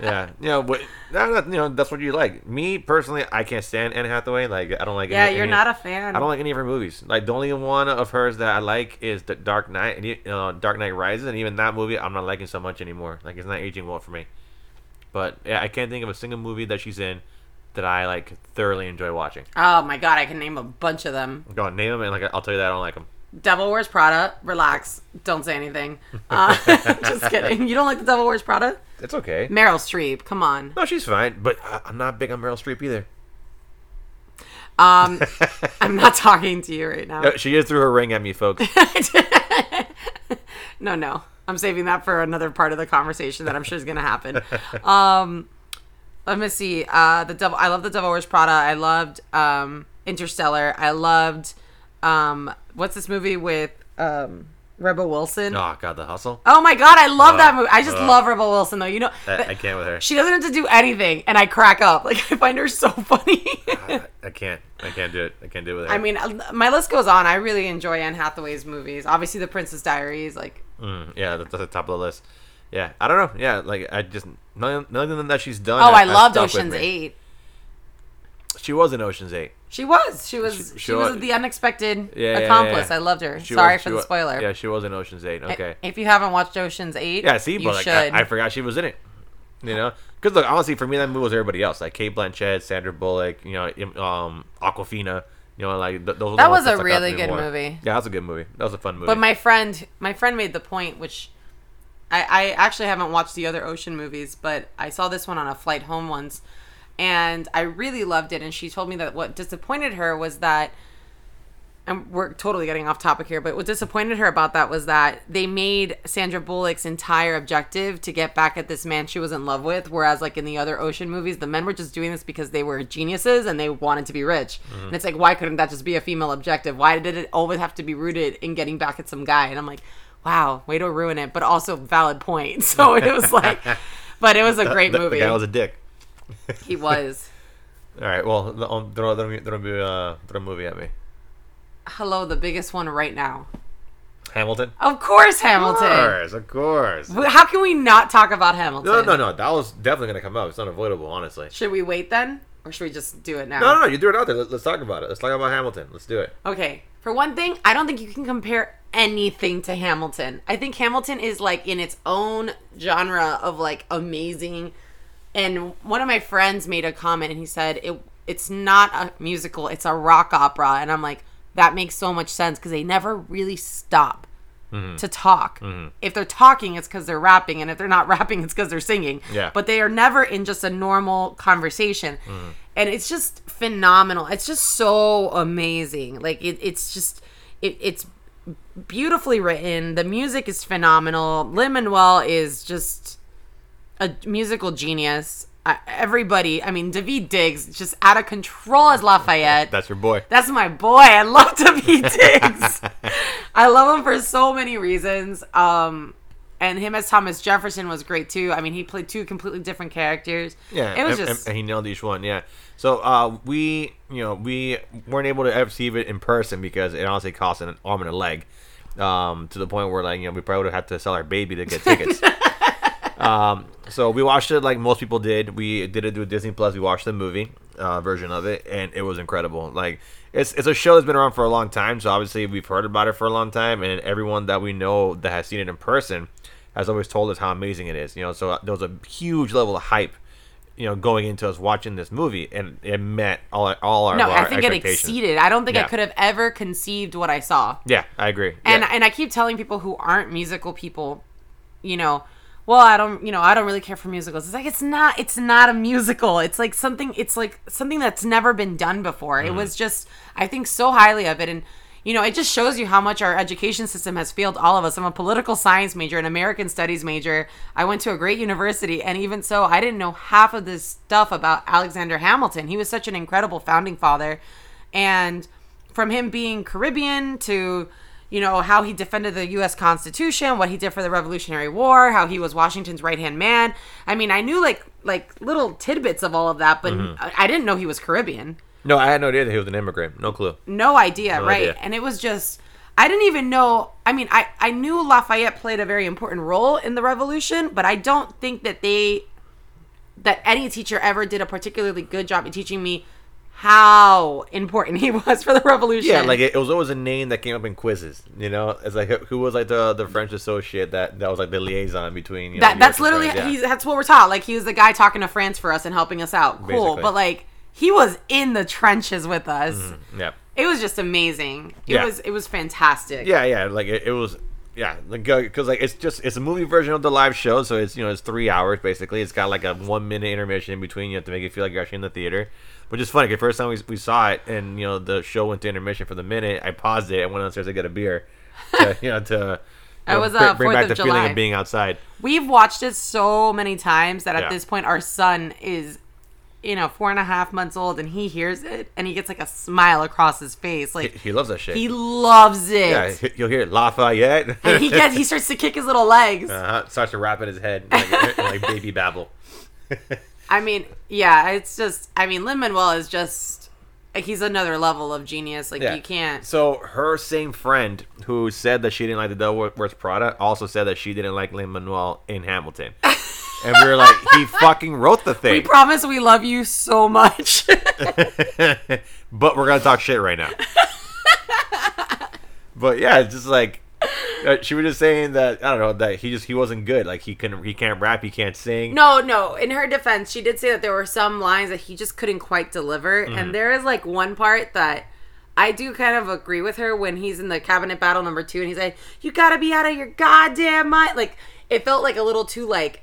A: yeah, you know, but, no, no, you know, that's what you like. Me personally, I can't stand Anne Hathaway. Like, I don't like.
B: Yeah,
A: any,
B: you're
A: any-
B: not a fan.
A: I don't like any of her movies. Like, the only one of hers that I like is the Dark Knight and e- uh, Dark Knight Rises, and even that movie I'm not liking so much anymore. Like, it's not aging well for me. But yeah, I can't think of a single movie that she's in that I like thoroughly enjoy watching.
B: Oh my god, I can name a bunch of them.
A: Go on, name them, and like I'll tell you that I don't like them.
B: Devil Wears Prada. Relax. Don't say anything. Uh, just kidding. You don't like The Devil Wears Prada?
A: It's okay.
B: Meryl Streep. Come on.
A: No, she's fine, but I- I'm not big on Meryl Streep either.
B: Um, I'm not talking to you right now.
A: No, She is threw her ring at me, folks.
B: No, no. I'm saving that for another part of the conversation that I'm sure is going to happen. Um, let me see. Uh, the devil. I love the Devil Wears Prada. I loved um, Interstellar. I loved um, what's this movie with um, Rebel Wilson?
A: oh God, the hustle.
B: Oh my god, I love
A: Ugh.
B: that movie. I just
A: Ugh.
B: love Rebel Wilson though. You know,
A: Uh, I, I can't with her.
B: she doesn't have to do anything, and I crack up. Like I find her so funny.
A: I, I can't. I can't do it. I can't do it with her.
B: I mean, uh, my list goes on. I really enjoy Anne Hathaway's movies. Obviously, The Princess Diaries. Like,
A: Mm, yeah, that's, that's the top of the list. Yeah, I don't know. Yeah, like I just none, none of them that she's done.
B: oh, I,
A: has
B: loved
A: stuck with
B: Ocean's
A: me.
B: Eight.
A: She was in Ocean's Eight.
B: She was. She was. She,
A: She- she
B: was,
A: was-
B: the unexpected
A: Yeah, yeah,
B: accomplice.
A: yeah.
B: I loved her.
A: She
B: Sorry
A: was-
B: for
A: she
B: the
A: wa-
B: spoiler.
A: Yeah, she was in Ocean's Eight. Okay.
B: If you haven't watched Ocean's Eight,
A: yeah, see,
B: you
A: but like,
B: should.
A: I, I forgot she was in it. You know, because look, honestly, for me, that movie was everybody else. Like Kate Blanchett, Sandra Bullock, you know, um, Aquafina. You know, like th- those. are the
B: That
A: ones
B: was a
A: stuck out to
B: really
A: me
B: good
A: more.
B: movie.
A: Yeah, that was a good movie. That was a fun movie.
B: But my friend, my friend made the point, which I, I actually haven't watched the other ocean movies, but I saw this one on a flight home once, and I really loved it. And she told me that what disappointed her was that, and we're totally getting off topic here, but what disappointed her about that was that they made Sandra Bullock's entire objective to get back at this man she was in love with, whereas like in the other ocean movies, the men were just doing this because they were geniuses and they wanted to be rich.
A: Mm-hmm.
B: And it's like, why couldn't that just be a female objective? Why did it always have to be rooted in getting back at some guy? And I'm like wow, way to ruin it, but also valid point. So it was like, but it was a great
A: the,
B: movie.
A: The guy was a dick.
B: he was.
A: All right. Well, th- um, throw throw throw, a, uh, throw a movie at me.
B: Hello, the biggest one right now.
A: Hamilton.
B: Of course,
A: Of
B: Hamilton.
A: course, of course.
B: But How can we not talk about Hamilton?
A: No, no, no. That was definitely gonna come up. It's unavoidable, honestly.
B: Should we wait then, or should we just do it now?
A: No, no, no. You threw it out there. Let, let's talk about it. Let's talk about Hamilton. Let's do it.
B: Okay. For one thing, I don't think you can compare anything to Hamilton. I think Hamilton is like in its own genre of like amazing. And one of my friends made a comment and he said it it's not a musical, it's a rock opera and I'm like that makes so much sense cuz they never really stop to talk. If they're talking, it's because they're rapping, and if they're not rapping, it's because they're singing.
A: Yeah.
B: But they are never in just a normal conversation, and it's just phenomenal. It's just so amazing. Like it, it's just it, it's beautifully written. The music is phenomenal. Lin Manuel is just a musical genius. Uh, everybody, I mean, David Diggs, just out of control as Lafayette.
A: That's your boy.
B: That's my boy. I love David Diggs. I love him for so many reasons. Um, and him as Thomas Jefferson was great too. I mean, he played two completely different characters.
A: Yeah,
B: it was
A: and,
B: just
A: and- and he nailed each one. Yeah. So uh, we, you know, we weren't able to ever see it in person because it honestly cost an arm and a leg, um, to the point where like you know we probably would have had to sell our baby to get tickets. um, so we watched it like most people did. We did it through Disney Plus. We watched the movie uh, version of it, and it was incredible. Like it's it's a show that's been around for a long time, so obviously we've heard about it for a long time, and everyone that we know that has seen it in person has always told us how amazing it is. You know, so uh, there was a huge level of hype. You know, going into us watching this movie, and it met all our, all our,
B: no.
A: our
B: I think it
A: expectations.
B: exceeded. I don't think I
A: Yeah.
B: could have ever conceived what I saw.
A: Yeah, I agree.
B: and
A: yeah.
B: and I keep telling people who aren't musical people, you know, well, I don't, you know, I don't really care for musicals. It's like it's not, it's not a musical. It's like something, it's like something that's never been done before. It was just, I think, so highly of it, and you know, it just shows you how much our education system has failed all of us. I'm a political science major, an American studies major. I went to a great university, and even so, I didn't know half of this stuff about Alexander Hamilton. He was such an incredible founding father, and from him being Caribbean to you know how he defended the U.S. Constitution, what he did for the Revolutionary War, how he was Washington's right hand man. I mean, I knew like like little tidbits of all of that, but
A: Mm-hmm.
B: I I didn't know he was Caribbean.
A: no, I had no idea that he was an immigrant. No clue.
B: No idea, right?
A: idea.
B: And it was just I didn't even know. I mean, I I knew Lafayette played a very important role in the Revolution, but I don't think that they that any teacher ever did a particularly good job at teaching me how important he was for the Revolution.
A: Yeah, like it, it was always a name that came up in quizzes. You know, it's like who- who was like the the French associate that that was like the liaison between. You know,
B: That
A: US
B: that's
A: and
B: literally
A: France, yeah.
B: he's, that's what we're taught. Like he was the guy talking to France for us and helping us out. Cool,
A: Basically.
B: but like he was in the trenches with us.
A: yeah,
B: It was just amazing. It
A: Yeah.
B: was it was fantastic.
A: yeah, yeah. Like it, it was. Yeah, like because like it's just it's a movie version of the live show, so it's you know it's three hours basically. It's got like a one minute intermission in between, you have to make it feel like you're actually in the theater, which is funny. Cause first time we, we saw it, and you know the show went to intermission for the minute. I paused it, I went downstairs to get a beer, to, you know to you
B: That
A: know,
B: was,
A: br-
B: uh,
A: bring
B: 4th
A: back
B: of
A: the feeling
B: July.
A: of being outside.
B: We've watched it so many times that at
A: Yeah.
B: this point our son is, you know, four and a half months old and he hears it and he gets like a smile across his face. Like
A: He loves that shit.
B: he loves it.
A: yeah, you'll hear Lafayette.
B: and he gets he starts to kick his little legs.
A: Uh-huh. Starts to rap in his head like, like baby babble.
B: I mean, yeah, it's just. I mean, Lin Manuel is just. He's another level of genius. Like you can't.
A: So her same friend who said that she didn't like the Delworth Prada also said that she didn't like Lin Manuel in Hamilton. and we were like, he fucking wrote the
B: We
A: thing.
B: promise we love you so much.
A: but we're gonna talk shit right now. but yeah, it's just like uh, she was just saying that I don't know that he just he wasn't good. Like he couldn't he can't rap, he can't sing.
B: no, no. In her defense,
A: Mm-hmm.
B: she did say that there were some lines that he just couldn't quite deliver, and there is like one part that. I do kind of agree with her when he's in the cabinet battle number two and he's like, You gotta be out of your goddamn mind. Like, it felt like a little too, like,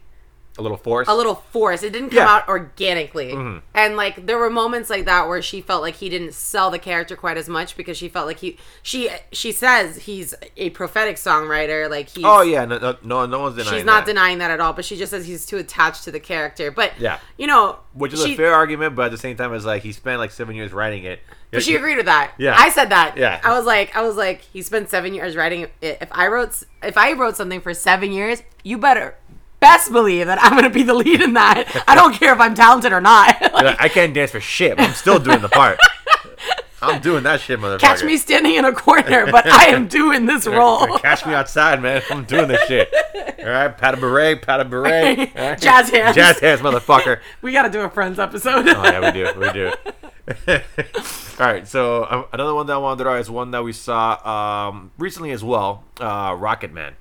A: A little force.
B: a little forced. It didn't come
A: Yeah. Mm-hmm.
B: out organically. And like there were moments like that where she felt like he didn't sell the character quite as much because she felt like he she she says he's a prophetic songwriter. Like he's
A: Oh yeah, no, no, no, no one's denying.
B: she's not
A: that.
B: denying that at all, but she just says he's too attached to the character. But
A: Yeah.
B: you know
A: Which is
B: she,
A: a fair argument, but at the same time, it's like he spent like seven years writing it.
B: But she agreed with that.
A: Yeah.
B: I said that.
A: Yeah.
B: I was like, I was like, he spent seven years writing it. If I wrote, s- if I wrote something for seven years, you better best believe that I'm gonna be the lead in that. I don't care if I'm talented or not. Like,
A: Like, I can't dance for shit. But I'm still doing the part. I'm doing that shit, motherfucker.
B: catch me standing in a corner, but I am doing this role.
A: Catch me outside, man. I'm doing this shit. All right, pat a beret, pat a beret. All right?
B: Jazz hands.
A: Jazz hands, motherfucker.
B: We got to do a Friends episode.
A: Oh, yeah, we do. We do. All right, so um, another one that I wanted to draw is one that we saw um, recently as well uh, Rocket Man.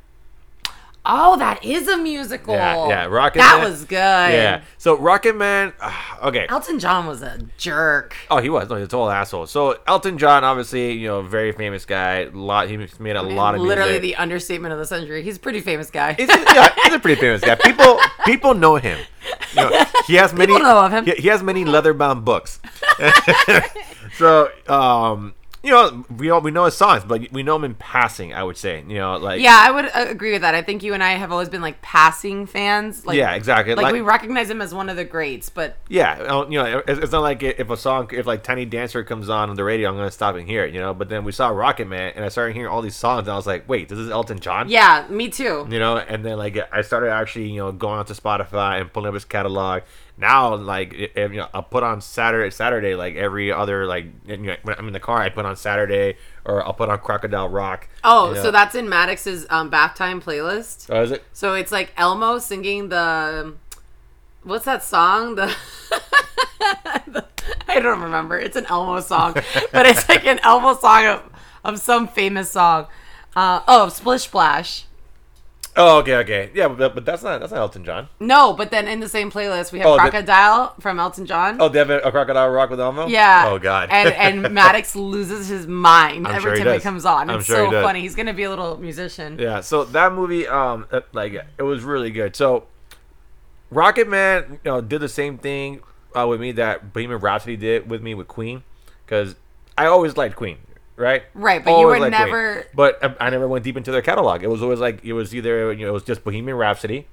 B: oh, that is a musical.
A: Yeah, yeah, Rocket
B: That
A: Man.
B: was good.
A: Yeah. So, Rocket Man, uh, okay.
B: Elton John was a jerk.
A: Oh, he was. No, he's a total asshole. So Elton John, obviously, you know, very famous guy. Lot he made a lot of
B: Literally
A: music.
B: the understatement of the century. He's a pretty famous guy.
A: He's a, yeah, he's a pretty famous guy. People people know him. You know, he has many.
B: People know of him.
A: He, he has many leather-bound books. so, um, you know, we all we know his songs, but we know him in passing. I would say, you know, like
B: yeah, I would uh, agree with that. I think you and I have always been like passing fans. Like,
A: yeah, exactly.
B: Like, we recognize him as one of the greats, but
A: Yeah, I don't- you know, it's it's not like i- if a song, if like Tiny Dancer comes on on the radio, I'm gonna stop and hear it, you know. But then we saw Rocket Man, and I started hearing all these songs, and I was like, wait, this is Elton John.
B: yeah, me too.
A: You know, and then like I started actually, you know, going onto Spotify and pulling up his catalog. Now, like, i- if, you know, I'll put on Saturday, Saturday, like every other, like, you know, when I'm in the car, I put on Saturday, or I'll put on Crocodile Rock.
B: Oh,
A: you know.
B: so that's in Maddox's um, bath time playlist.
A: Oh, is it?
B: So it's like Elmo singing the what's that song? The, I don't remember. It's an Elmo song, but it's like an Elmo song of, of some famous song. Uh, oh, Splish Splash.
A: Oh, okay, okay, yeah, but, but that's not that's not Elton John.
B: No, but then in the same playlist we have
A: Oh, the-
B: Crocodile from Elton John.
A: Oh, they have a, a Crocodile Rock with Elmo.
B: Yeah.
A: Oh God.
B: And and Maddox loses his mind
A: I'm
B: every
A: sure he
B: time it
A: does.
B: comes on.
A: I'm
B: It's
A: sure he
B: so
A: does.
B: funny. He's gonna be a little musician.
A: Yeah, so that movie, um, uh, like it was really good. So, Rocket Man, you know, did the same thing uh, with me that Bohemian Rhapsody did with me with Queen, because I always liked Queen, right?
B: Right, but you
A: Always
B: were
A: liked Queen.
B: never-
A: But um, I, I never went deep into their catalog. It was always like it was either you know it was just Bohemian Rhapsody,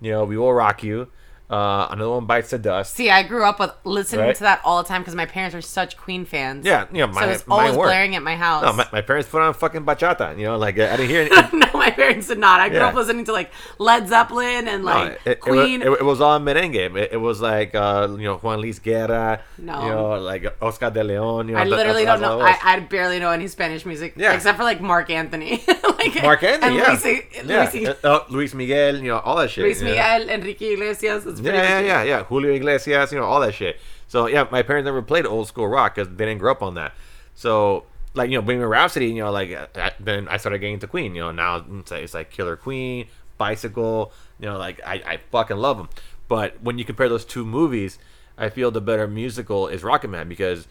A: you know, We Will Rock You, uh, another one bites the dust.
B: See, I grew up with listening
A: Right.
B: to that all the time because my parents are such Queen fans.
A: Yeah, you know,
B: So
A: my
B: it's
A: my
B: always
A: work.
B: blaring at my house.
A: No, my, my parents put on fucking bachata. You know, like I didn't hear. It,
B: no, my parents did not. I grew
A: Yeah.
B: up listening to like Led Zeppelin and
A: No,
B: like
A: Uh, it- it,
B: Queen.
A: It, wa- it, was all merengue. It, it was like uh, you know Juan Luis Guerra.
B: No.
A: You know, like Oscar de Leon. You know,
B: I
A: that-
B: literally
A: that's-
B: don't
A: that's
B: know.
A: what it
B: I,
A: was.
B: I barely know any Spanish music
A: Yeah.
B: except for like Mark Anthony, like
A: Mark Anthony, yeah,
B: and Luis,
A: yeah.
B: Luis,
A: Uh, uh, Luis Miguel, you know all that shit.
B: Luis
A: you know?
B: Miguel, Enrique Iglesias. It's
A: Yeah,
B: pretty
A: yeah,
B: much it.
A: yeah, yeah. Julio Iglesias, you know all that shit. So yeah, my parents never played old school rock because they didn't grow up on that. So like you know Bohemian Rhapsody, you know like uh, uh, then I started getting into Queen. You know now it's like, it's like Killer Queen, Bicycle. You know like I, I fucking love them. But when you compare those two movies, I feel the better musical is Rocket Man because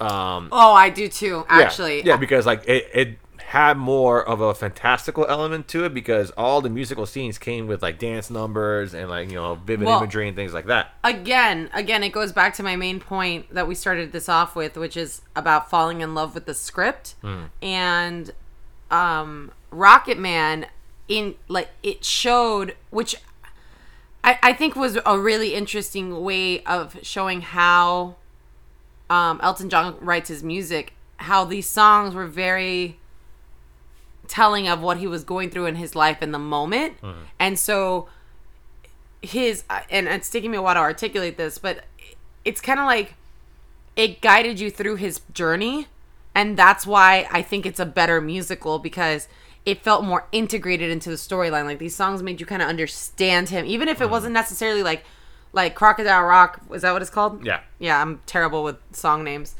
A: um
B: Oh, I do too.
A: yeah,
B: Actually,
A: yeah, because like it. it had more of a fantastical element to it because all the musical scenes came with like dance numbers and like you know vivid
B: Well-
A: imagery and things like that.
B: again, again, it goes back to my main point that we started this off with, which is about falling in love with the script and um, Rocket Man. In like it showed, which I, I think was a really interesting way of showing how um, Elton John writes his music. How these songs were very telling of what he was going through in his life in the moment, and so his uh, and it's taking me a while to articulate this, but it's kind of like it guided you through his journey, and that's why I think it's a better musical because it felt more integrated into the storyline. Like these songs made you kind of understand him, even if it wasn't necessarily like like Crocodile Rock. Is that what it's called?
A: Yeah.
B: Yeah, I'm terrible with song names,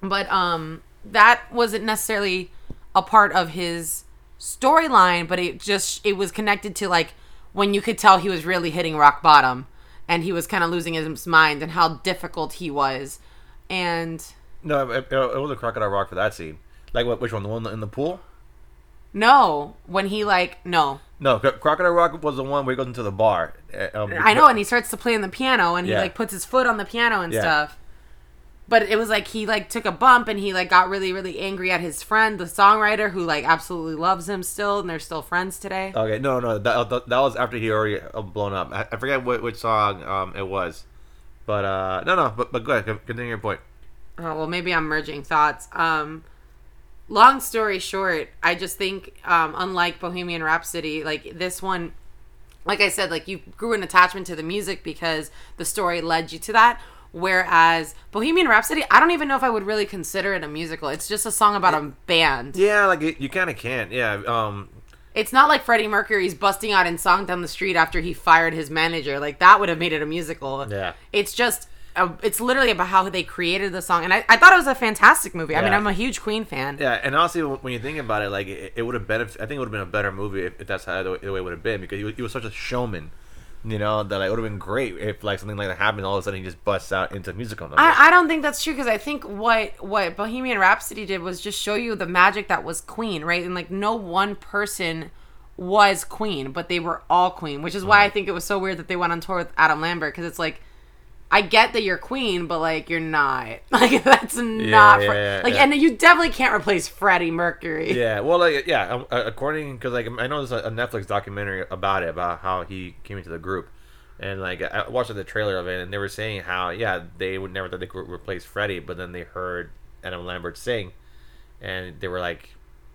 B: but um, that wasn't necessarily a part of his storyline, but it just it was connected to like when you could tell he was really hitting rock bottom and he was kind of losing his mind and how difficult he was. And
A: No, it, it, it was a Crocodile Rock for that scene. Like what? Which one? The one in the pool?
B: No, when he like no,
A: No, Cro- Crocodile Rock was the one where he goes into the bar. Uh, Um,
B: I know, and he starts to play on the piano, and
A: Yeah.
B: he like puts his foot on the piano and
A: Yeah.
B: stuff. But it was like he like took a bump, and he like got really really angry at his friend, the songwriter, who like absolutely loves him still, and they're still friends today.
A: Okay, no, no, that, uh, that, that was after he already uh, blown up. I, I forget what, which song um it was, but uh no, no, but but go ahead, con- continue your point.
B: Oh, well, maybe I'm merging thoughts. Um, long story short, I just think, um, unlike Bohemian Rhapsody, like this one, like I said, like you grew an attachment to the music because the story led you to that. Whereas Bohemian Rhapsody, I don't even know if I would really consider it a musical. It's just a song about a band.
A: Yeah, like you, you kind of can't. Yeah, um,
B: It's not like Freddie Mercury's busting out in song down the street after he fired his manager. Like that would have made it a musical.
A: Yeah.
B: It's just, a, it's literally about how they created the song, and I, I thought it was a fantastic movie. I mean,
A: Yeah.
B: I'm a huge Queen fan.
A: yeah, and honestly, when when you think about it, like it, it would have been. I think it would have been a better movie if, if that's how the, way- the way it would have been because he was, he was such a showman, you know, that like, it would have been great if like something like that happened. All of a sudden, he just busts out into a musical number.
B: I, I don't think that's true because I think what what Bohemian Rhapsody did was just show you the magic that was Queen, right? And like no one person was Queen, but they were all Queen, which is why I think it was so weird that they went on tour with Adam Lambert because it's like. I get that you're Queen, but like you're not. Like that's not Fre-
A: yeah,
B: like,
A: yeah.
B: and you definitely can't replace Freddie Mercury.
A: yeah, well, like, yeah, um, uh, according because like I know there's a, a Netflix documentary about it about how he came into the group, and like I I watched the trailer of it, and they were saying how yeah they would never thought they could replace Freddie, but then they heard Adam Lambert sing, and they were like,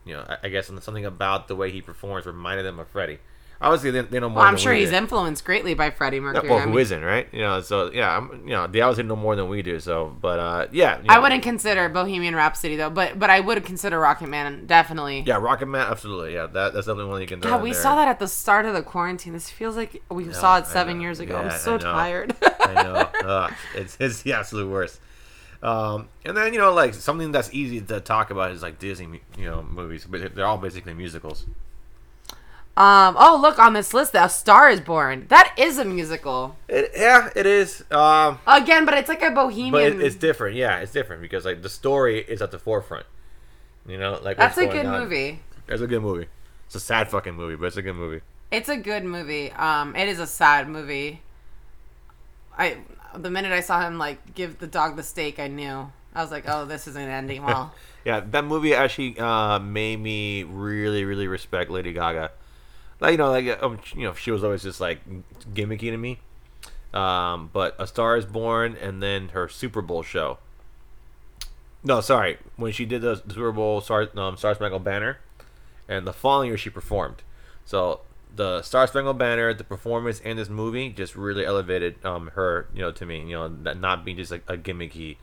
A: you know, I, I guess something about the way he performs reminded them of Freddie. Obviously, they, they know more.
B: Well, I'm
A: than
B: sure
A: we
B: he's
A: do.
B: influenced greatly by Freddie
A: Oh,
B: Mercury.
A: Well,
B: I,
A: who
B: mean,
A: isn't right? You know, so yeah, I'm, you know, they obviously know more than we do. So, but uh, yeah, you
B: I
A: know.
B: wouldn't consider Bohemian Rhapsody though, but but I would consider Rocket Man definitely.
A: Yeah, Rocket Man, absolutely. Yeah, that, that's definitely one you can. throw
B: God,
A: in
B: we
A: there.
B: saw that at the start of the quarantine. This feels like we saw it
A: I
B: seven
A: know.
B: years ago.
A: Yeah,
B: I'm
A: I
B: so
A: know.
B: tired.
A: I know. Ugh, it's it's the absolute worst. Um, and then you know, like something that's easy to talk about is like Disney, mu- you know, movies, but they're all basically musicals.
B: um, oh, look on this list, A Star is Born. That is a musical.
A: It, yeah, it is. Um,
B: Again, but it's like a
A: but
B: bohemian.
A: it, it's different. Yeah, it's different because like the story is at the forefront. You know, like
B: That's a
A: what's going
B: good
A: on.
B: movie.
A: It's a good movie. It's a sad fucking movie, but it's a good movie.
B: It's a good movie. Um, it is a sad movie. I the minute I saw him like give the dog the steak, I knew. I was like, oh, this isn't ending well.
A: Yeah, that movie actually uh, made me really, really respect Lady Gaga. Like you know, like um, you know, she was always just like gimmicky to me. Um, but A Star Is Born, and then her Super Bowl show. No, sorry, when she did the Super Bowl Star, um, Star Spangled Banner, and the following year she performed. So the Star Spangled Banner, the performance, and this movie just really elevated um, her, you know, to me. You know, that not being just like a gimmicky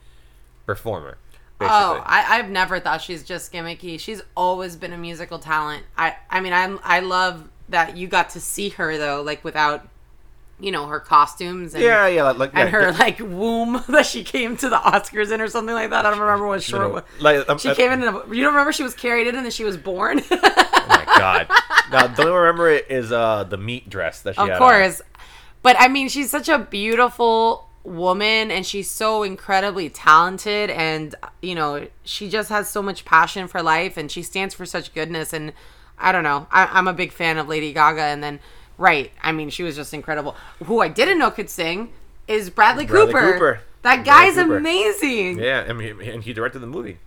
A: performer. Basically.
B: Oh, I, I've never thought she's just gimmicky. She's always been a musical talent. I, I mean, I'm, I love that you got to see her though, like without, you know, her costumes and,
A: Yeah, yeah, like, like
B: and
A: yeah,
B: her like womb that she came to the Oscars in or something like that. I don't remember what short. was.
A: Like, um,
B: She
A: uh,
B: came in. and you don't remember she was carried in and then she was born.
A: Oh my god! now, the only one I remember it is uh the meat dress that she had.
B: of
A: on.
B: course. But I mean, she's such a beautiful woman and she's so incredibly talented and you know she just has so much passion for life and she stands for such goodness and i don't know I, i'm a big fan of lady gaga and then right i mean she was just incredible who i didn't know could sing is bradley,
A: Bradley
B: cooper.
A: Cooper. Bradley
B: that guy's
A: Cooper.
B: amazing yeah.
A: Yeah, I mean, and he directed the movie.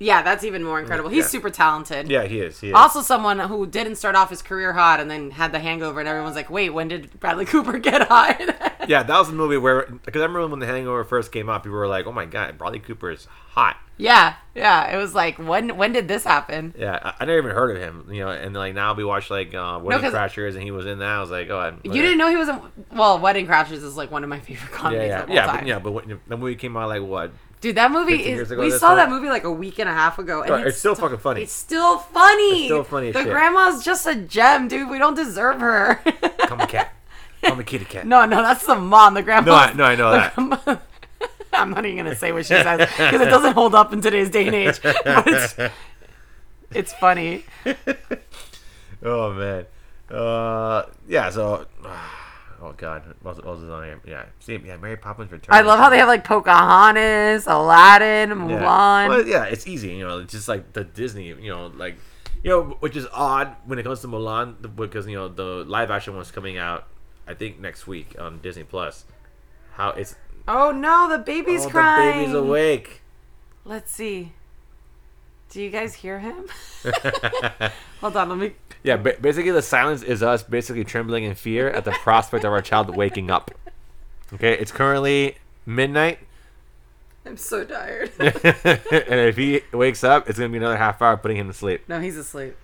B: that's even more incredible he's
A: Yeah.
B: super talented
A: Yeah, he is. He is.
B: also someone who didn't start off his career hot and then had the hangover and everyone's like wait when did bradley cooper get hot
A: yeah, that was the movie where because I remember when The Hangover first came out, people were like, "Oh my god, Bradley Cooper is hot."
B: Yeah, yeah. It was like when when did this happen?
A: Yeah, I, I never even heard of him, you know. And like now we watch like uh, Wedding
B: 'cause-
A: Crashers, and he was in that. I was like, "Oh, I,
B: You didn't know he was in well, Wedding Crashers is like one of my favorite
A: Yeah,
B: comedies
A: yeah,
B: of all
A: yeah,
B: time.
A: but, yeah. But when, the movie came out like what?
B: Dude, that movie
A: 15
B: is
A: years ago
B: we
A: this
B: saw that
A: time?
B: movie like a week and a half ago and
A: Right, it's still fucking funny.
B: It's still funny.
A: It's still funny as
B: The
A: shit.
B: grandma's just a gem, dude. We don't deserve her.
A: Come a cat. Come a kitty cat.
B: no, no, that's the mom. The grandma.
A: no, I, no, I know
B: the
A: that.
B: grandma- I'm not even gonna say what she says because it doesn't hold up in today's day and age. But it's, it's funny.
A: Oh man. Uh, yeah. So, oh Oh God, what was, what was his name? Yeah, see, yeah, Mary Poppins Returns.
B: I love how they have like Pocahontas, Aladdin,
A: Yeah.
B: Mulan.
A: Well, yeah, it's easy, you know. It's just like the Disney, you know, like you know, which is odd when it comes to Mulan the- because you know the live action one's coming out, I think next week on Disney Plus. How it's
B: Oh no, the baby's
A: oh, the
B: crying.
A: baby's awake.
B: Let's see. Do you guys hear him? Hold on, let me.
A: Yeah, ba- basically the silence is us basically trembling in fear at the prospect of our child waking up. Okay, it's currently midnight,
B: I'm so tired.
A: and if he wakes up, it's gonna be another half hour putting him to sleep.
B: no, he's asleep.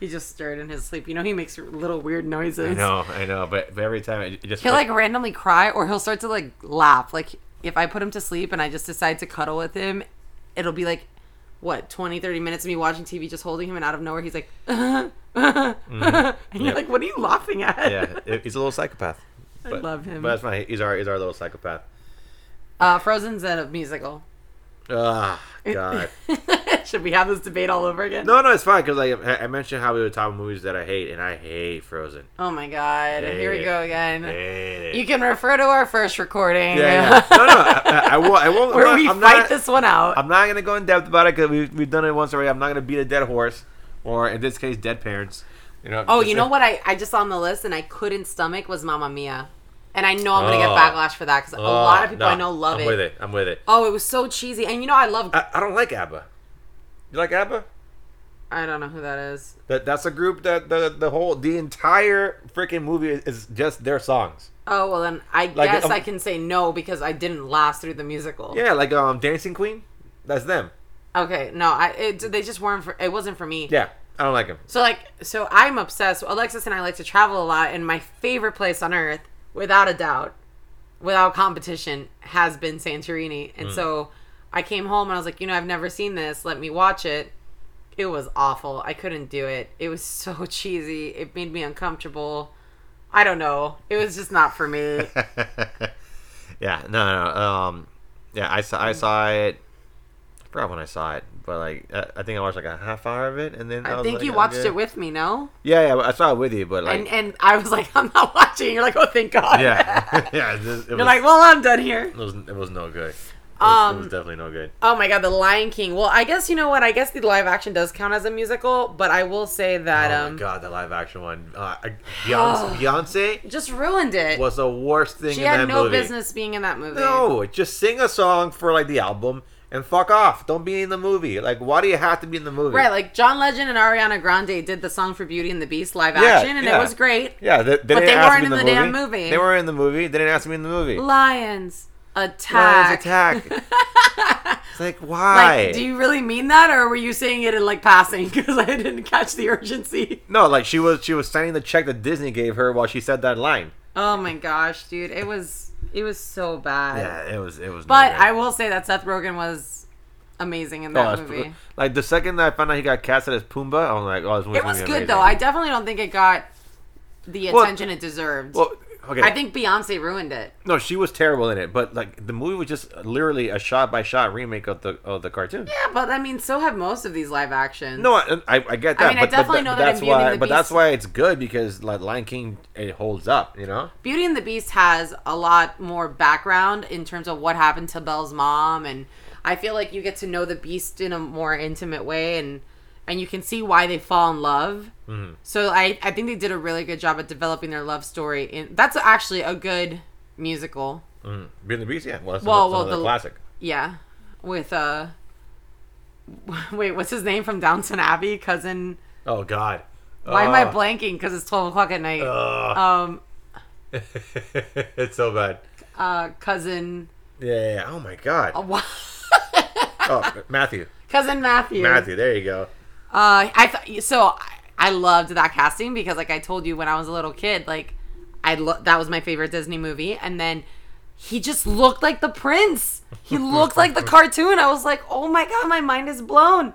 B: He just stirred in his sleep. You know, he makes little weird noises.
A: I know, I know, but, but every time it, it just
B: He'll like randomly cry or he'll start to like laugh. Like if I put him to sleep and I just decide to cuddle with him, it'll be like what 20 30 minutes of me watching TV just holding him and out of nowhere he's like
A: Mm-hmm.
B: and
A: Yeah.
B: you're like what are you laughing at?
A: yeah, it- he's a little psychopath. But,
B: love him.
A: But that's fine. He's our he's our little psychopath.
B: Uh Frozen's a musical.
A: Ah, God.
B: Should we have this debate all over again?
A: no, no, it's fine because like I I mentioned how we would talk about movies that I hate, and I hate Frozen.
B: Oh my god. Here we
A: Hey.
B: go again.
A: Hate it.
B: Uh, You can refer to our first recording.
A: yeah, yeah. no, no, I, I- I won't. I won't.
B: Where
A: I'm not,
B: we
A: I'm
B: fight
A: not,
B: this one out.
A: I'm not gonna go in depth about it because we've, we've done it once already. I'm not gonna beat a dead horse, or in this case, dead parents. You know.
B: Oh,
A: just-
B: you know what I, I just saw on the list and I couldn't stomach was Mamma Mia. And I know I'm going to
A: Oh.
B: get backlash for that because a
A: Oh,
B: lot of people
A: no,
B: I know love
A: I'm
B: it.
A: with it. I'm with it.
B: Oh, it was so cheesy. And you know, I love.
A: I, I don't like ABBA. You like ABBA?
B: I don't know who that is.
A: That that's a group that the the whole the entire freaking movie is, is just their songs.
B: Oh, well, then I
A: Like,
B: guess
A: um,
B: I can say no because I didn't last through the musical.
A: Yeah, like um Dancing Queen, that's them.
B: Okay, no, I it, they just weren't for it wasn't for me.
A: Yeah, I don't like them.
B: So like so I'm obsessed. Alexis and I like to travel a lot and my favorite place on earth without a doubt without competition has been Santorini.
A: Hmm.
B: And so I came home and I was like, you know, I've never seen this. Let me watch it. It was awful. I couldn't do it. It was so cheesy. It made me uncomfortable. I don't know. It was just not for me.
A: yeah, no, no. Um, yeah, I saw I saw it. I forgot when I saw it, but like uh, I, I think I watched like a half hour of it, and then
B: I
A: was
B: think
A: like,
B: you
A: I'm
B: watched
A: good.
B: it with me, no?
A: Yeah, yeah, I saw it with you, but like
B: And and I was like, I'm not watching. You're like, oh, thank God.
A: yeah, yeah, it, just, it was,
B: You're like, well, I'm done here.
A: it was it was no good. It was, it
B: Um,
A: was definitely no good.
B: Oh my god, The Lion King. Well, I guess you know what? I guess the live action does count as a musical, but I will say that
A: Oh my
B: um
A: god, the live action one. Uh, I- Beyonce, Beyonce
B: just ruined it.
A: was the worst thing
B: she
A: in
B: had
A: that
B: no
A: movie.
B: business being in that movie.
A: No, just sing a song for like the album and fuck off. Don't be in the movie. Like, why do you have to be in the movie?
B: Right, like John Legend and Ariana Grande did the song for Beauty and the Beast live
A: Yeah,
B: action and
A: yeah.
B: it was great.
A: yeah, they, they
B: But
A: didn't
B: they
A: ask
B: weren't
A: me
B: in
A: in the,
B: the
A: movie.
B: damn movie.
A: They were in the movie. They didn't ask me in the movie.
B: Lions
A: Lions
B: attack.
A: attack. it's like why?
B: Like, do you really mean that, or were you saying it in like passing? Because I didn't catch the urgency.
A: no, like she was she was signing the check that Disney gave her while she said that line.
B: Oh my gosh, dude, it was it was so bad.
A: Yeah, it was it was.
B: But
A: no good.
B: I will say that Seth Rogen was amazing in
A: Oh,
B: that
A: that's-
B: movie.
A: like the second that I found out he got cast as Pumbaa, I'm like, oh, this movie's
B: It was
A: gonna
B: good
A: be
B: though. I
A: amazing.
B: definitely don't think it got the
A: Well,
B: attention it deserved.
A: well, okay.
B: I think Beyonce ruined it.
A: No, she was terrible in it, but like the movie was just literally a shot by shot remake of the of the cartoon.
B: Yeah, but I mean, so have most of these live actions.
A: No, I, I, I get that.
B: mean, I
A: but, but
B: definitely
A: that-
B: know
A: but
B: that in
A: that's
B: Beauty and
A: why,
B: the
A: but that's
B: Beast-
A: why it's good because like Lion King, it holds up. You know,
B: Beauty and the Beast has a lot more background in terms of what happened to Belle's mom, and I feel like you get to know the Beast in a more intimate way, and and you can see why they fall in love.
A: Mm-hmm.
B: So I I think they did a really good job at developing their love story. In that's actually a good musical.
A: Beauty and the Beast, yeah, well, that's
B: Well,
A: another
B: well, the-
A: classic.
B: Yeah, with uh, wait, what's his name from Downton Abbey? Cousin.
A: Oh God,
B: Why am I
A: Uh,
B: blanking? Because it's twelve o'clock at night.
A: uh,
B: um,
A: it's so bad.
B: uh, cousin.
A: Yeah, yeah, yeah. Oh my God.
B: wha-
A: Oh, Matthew,
B: cousin Matthew.
A: Matthew. There you go.
B: Uh, I thought so. I, I loved that casting because, like I told you, when I was a little kid, like I lo- that was my favorite Disney movie, and then he just looked like the prince. He looked like the cartoon. I was like, oh my god, my mind is blown.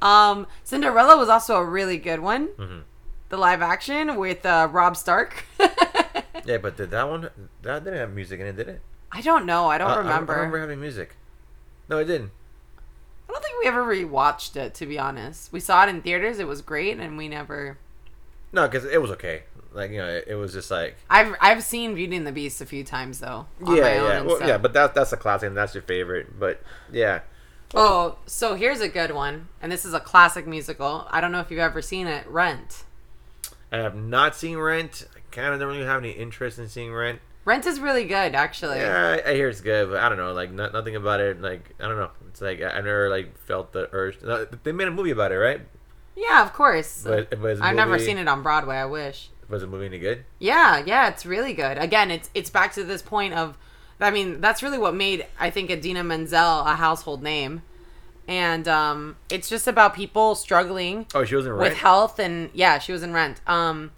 B: Um, Cinderella was also a really good one. The live action with uh, Rob Stark. I
A: Yeah, but did that one that didn't have music in it, did it? Uh,
B: don't know. Uh, I don't
A: I- I-
B: remember.
A: I
B: I,
A: remember having music. No, it didn't.
B: don't think we ever really watched it. To be honest, we saw it in theaters. It was great, and we never.
A: No, because it was okay. Like you know, it, it was just like
B: I've I've seen Beauty and the Beast a few times though. on
A: yeah,
B: my own
A: yeah,
B: and
A: well,
B: stuff.
A: yeah. But that that's a classic. and That's your favorite. But yeah,
B: Oh, so here's a good one, and this is a classic musical. I don't know if you've ever seen it, Rent.
A: I have not seen Rent. I kind of don't really have any interest in seeing Rent.
B: Rent is really good, actually.
A: Yeah, I, I hear it's good, but I don't know. Like no, nothing about it. Like I don't know. It's like I, I never like felt the urge. no, They made a movie about it, right?
B: Yeah, of course.
A: But, but is the
B: I've never
A: movie-
B: seen it on Broadway. I wish.
A: Was the movie any good?
B: Yeah, yeah, it's really good. Again, it's it's back to this point of, I mean, that's really what made I think Adina Menzel a household name, and um, it's just about people struggling
A: Oh, she wasn't
B: with
A: right.
B: health and yeah, she was in Rent. Um,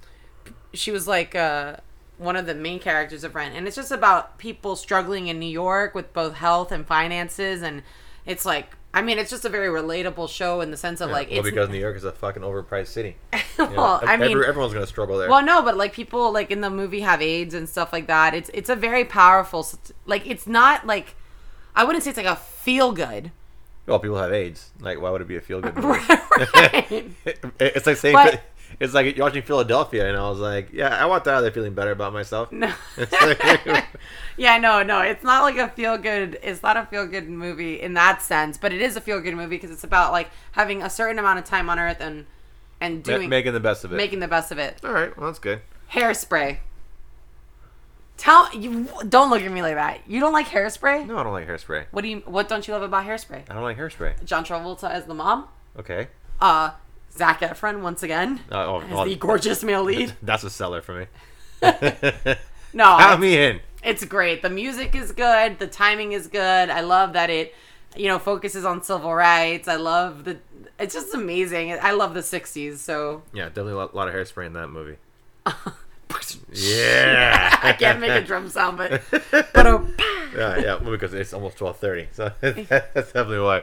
B: she was like uh one of the main characters of Rent, and it's just about people struggling in New York with both health and finances, and it's like. I mean, it's just a very relatable show in the sense of like
A: well,
B: it's
A: because New York is a fucking overpriced city. You know,
B: well, I
A: ev-
B: mean,
A: every- everyone's gonna struggle there.
B: well, no, but like people like in the movie have AIDS and stuff like that. It's it's a very powerful s- like it's not like I wouldn't say it's like a feel good.
A: Well, people have AIDS. Like, why would it be a feel good? movie?
B: Right.
A: It- it's like saying
B: But-
A: it's like you're watching Philadelphia, and I was like, yeah, I walked out of there feeling better about myself.
B: No.
A: It's like-
B: yeah, no, no. It's not like a feel good. It's not a feel good movie in that sense, but it is a feel good movie because it's about like having a certain amount of time on earth and and
A: Ma-
B: doing
A: making the best of it.
B: making the best of it.
A: All right, well that's good.
B: Hairspray. Tell you don't look at me like that. You don't like hairspray?
A: No, I don't like hairspray.
B: What do you what don't you love about hairspray?
A: I don't like hairspray.
B: John Travolta as the mom.
A: Okay.
B: Uh, Zach Efron once again
A: Uh, oh,
B: as
A: well,
B: the gorgeous male lead.
A: that's a seller for me.
B: No,
A: Count
B: it's,
A: me in.
B: it's great. The music is good. The timing is good. I love that it, you know, focuses on civil rights. I love the. It's just amazing. I love the '60s. So
A: Yeah, definitely a lot, lot of hairspray in that movie. Yeah.
B: I can't make a drum sound, but but oh,
A: yeah, yeah, well, because it's almost twelve thirty, so that's definitely why.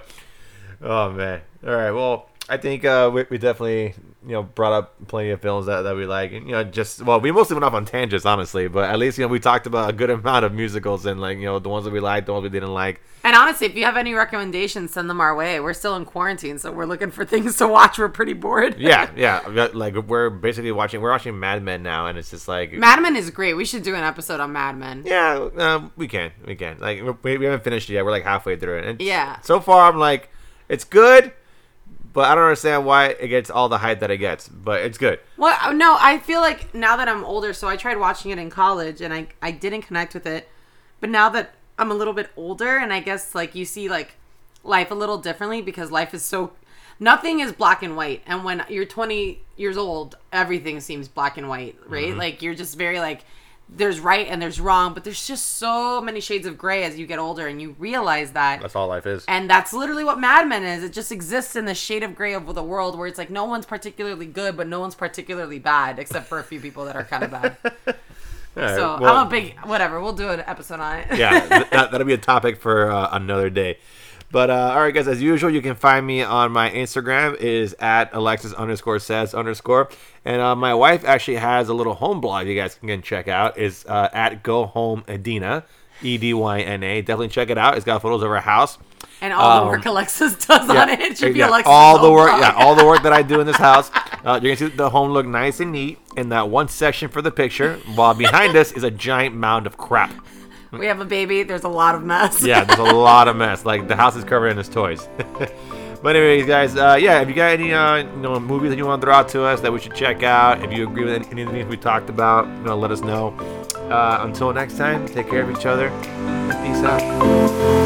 A: Oh man! All right, well, I think uh, we, we definitely you know brought up plenty of films that, that we like, and you know just well, we mostly went off on tangents, honestly, but at least you know we talked about a good amount of musicals and like you know the ones that we liked, the ones we didn't like.
B: and honestly, if you have any recommendations, send them our way. We're still in quarantine, so we're looking for things to watch. We're pretty bored.
A: Yeah, yeah, we got- like we're basically watching we're watching Mad Men now, and it's just like.
B: Mad Men is great. We should do an episode on Mad Men.
A: yeah, um, we can, we can. Like we, we haven't finished it yet. We're like halfway through it. And
B: Yeah.
A: So far, I'm like, it's good, but I don't understand why it gets all the hype that it gets. But it's good.
B: Well, uh, no, I feel like now that I'm older, so I tried watching it in college and I, I didn't connect with it. But now that I'm a little bit older and I guess like you see like life a little differently because life is so nothing is black and white. And when you're 20 years old, everything seems black and white, right? Like you're just very like there's right and there's wrong, but there's just so many shades of gray as you get older and you realize that.
A: That's all life is.
B: And that's literally what Mad Men is. It just exists in the shade of gray of the world where it's like no one's particularly good, but no one's particularly bad, except for a few people that are kind of bad.
A: All right,
B: So
A: well,
B: I'm a big, whatever, we'll do an episode on it.
A: yeah, th- that, that'll be a topic for uh, another day. But uh, all right, guys, as usual, you can find me on my Instagram it is at Alexis underscore says underscore, and uh, my wife actually has a little home blog you guys can check out is uh, at Go Home Edina, E D Y N A. Definitely check it out. It's got photos of our house.
B: and all
A: Um,
B: the work Alexis does on it, it should be
A: yeah,
B: Alexis.
A: all the
B: own
A: work,
B: blog.
A: yeah, all the work that I do in this house. Uh, you're gonna see the home look nice and neat in that one section for the picture, while behind us is a giant mound of crap.
B: We have a baby. There's a lot of mess.
A: Yeah, there's a lot of mess. Like the house is covered in his toys. but anyways, guys, uh, yeah, if you got any uh, you know movies that you want to throw out to us that we should check out, if you agree with any, any of the things we talked about, you know, let us know. Uh, until next time, take care of each other. Peace out.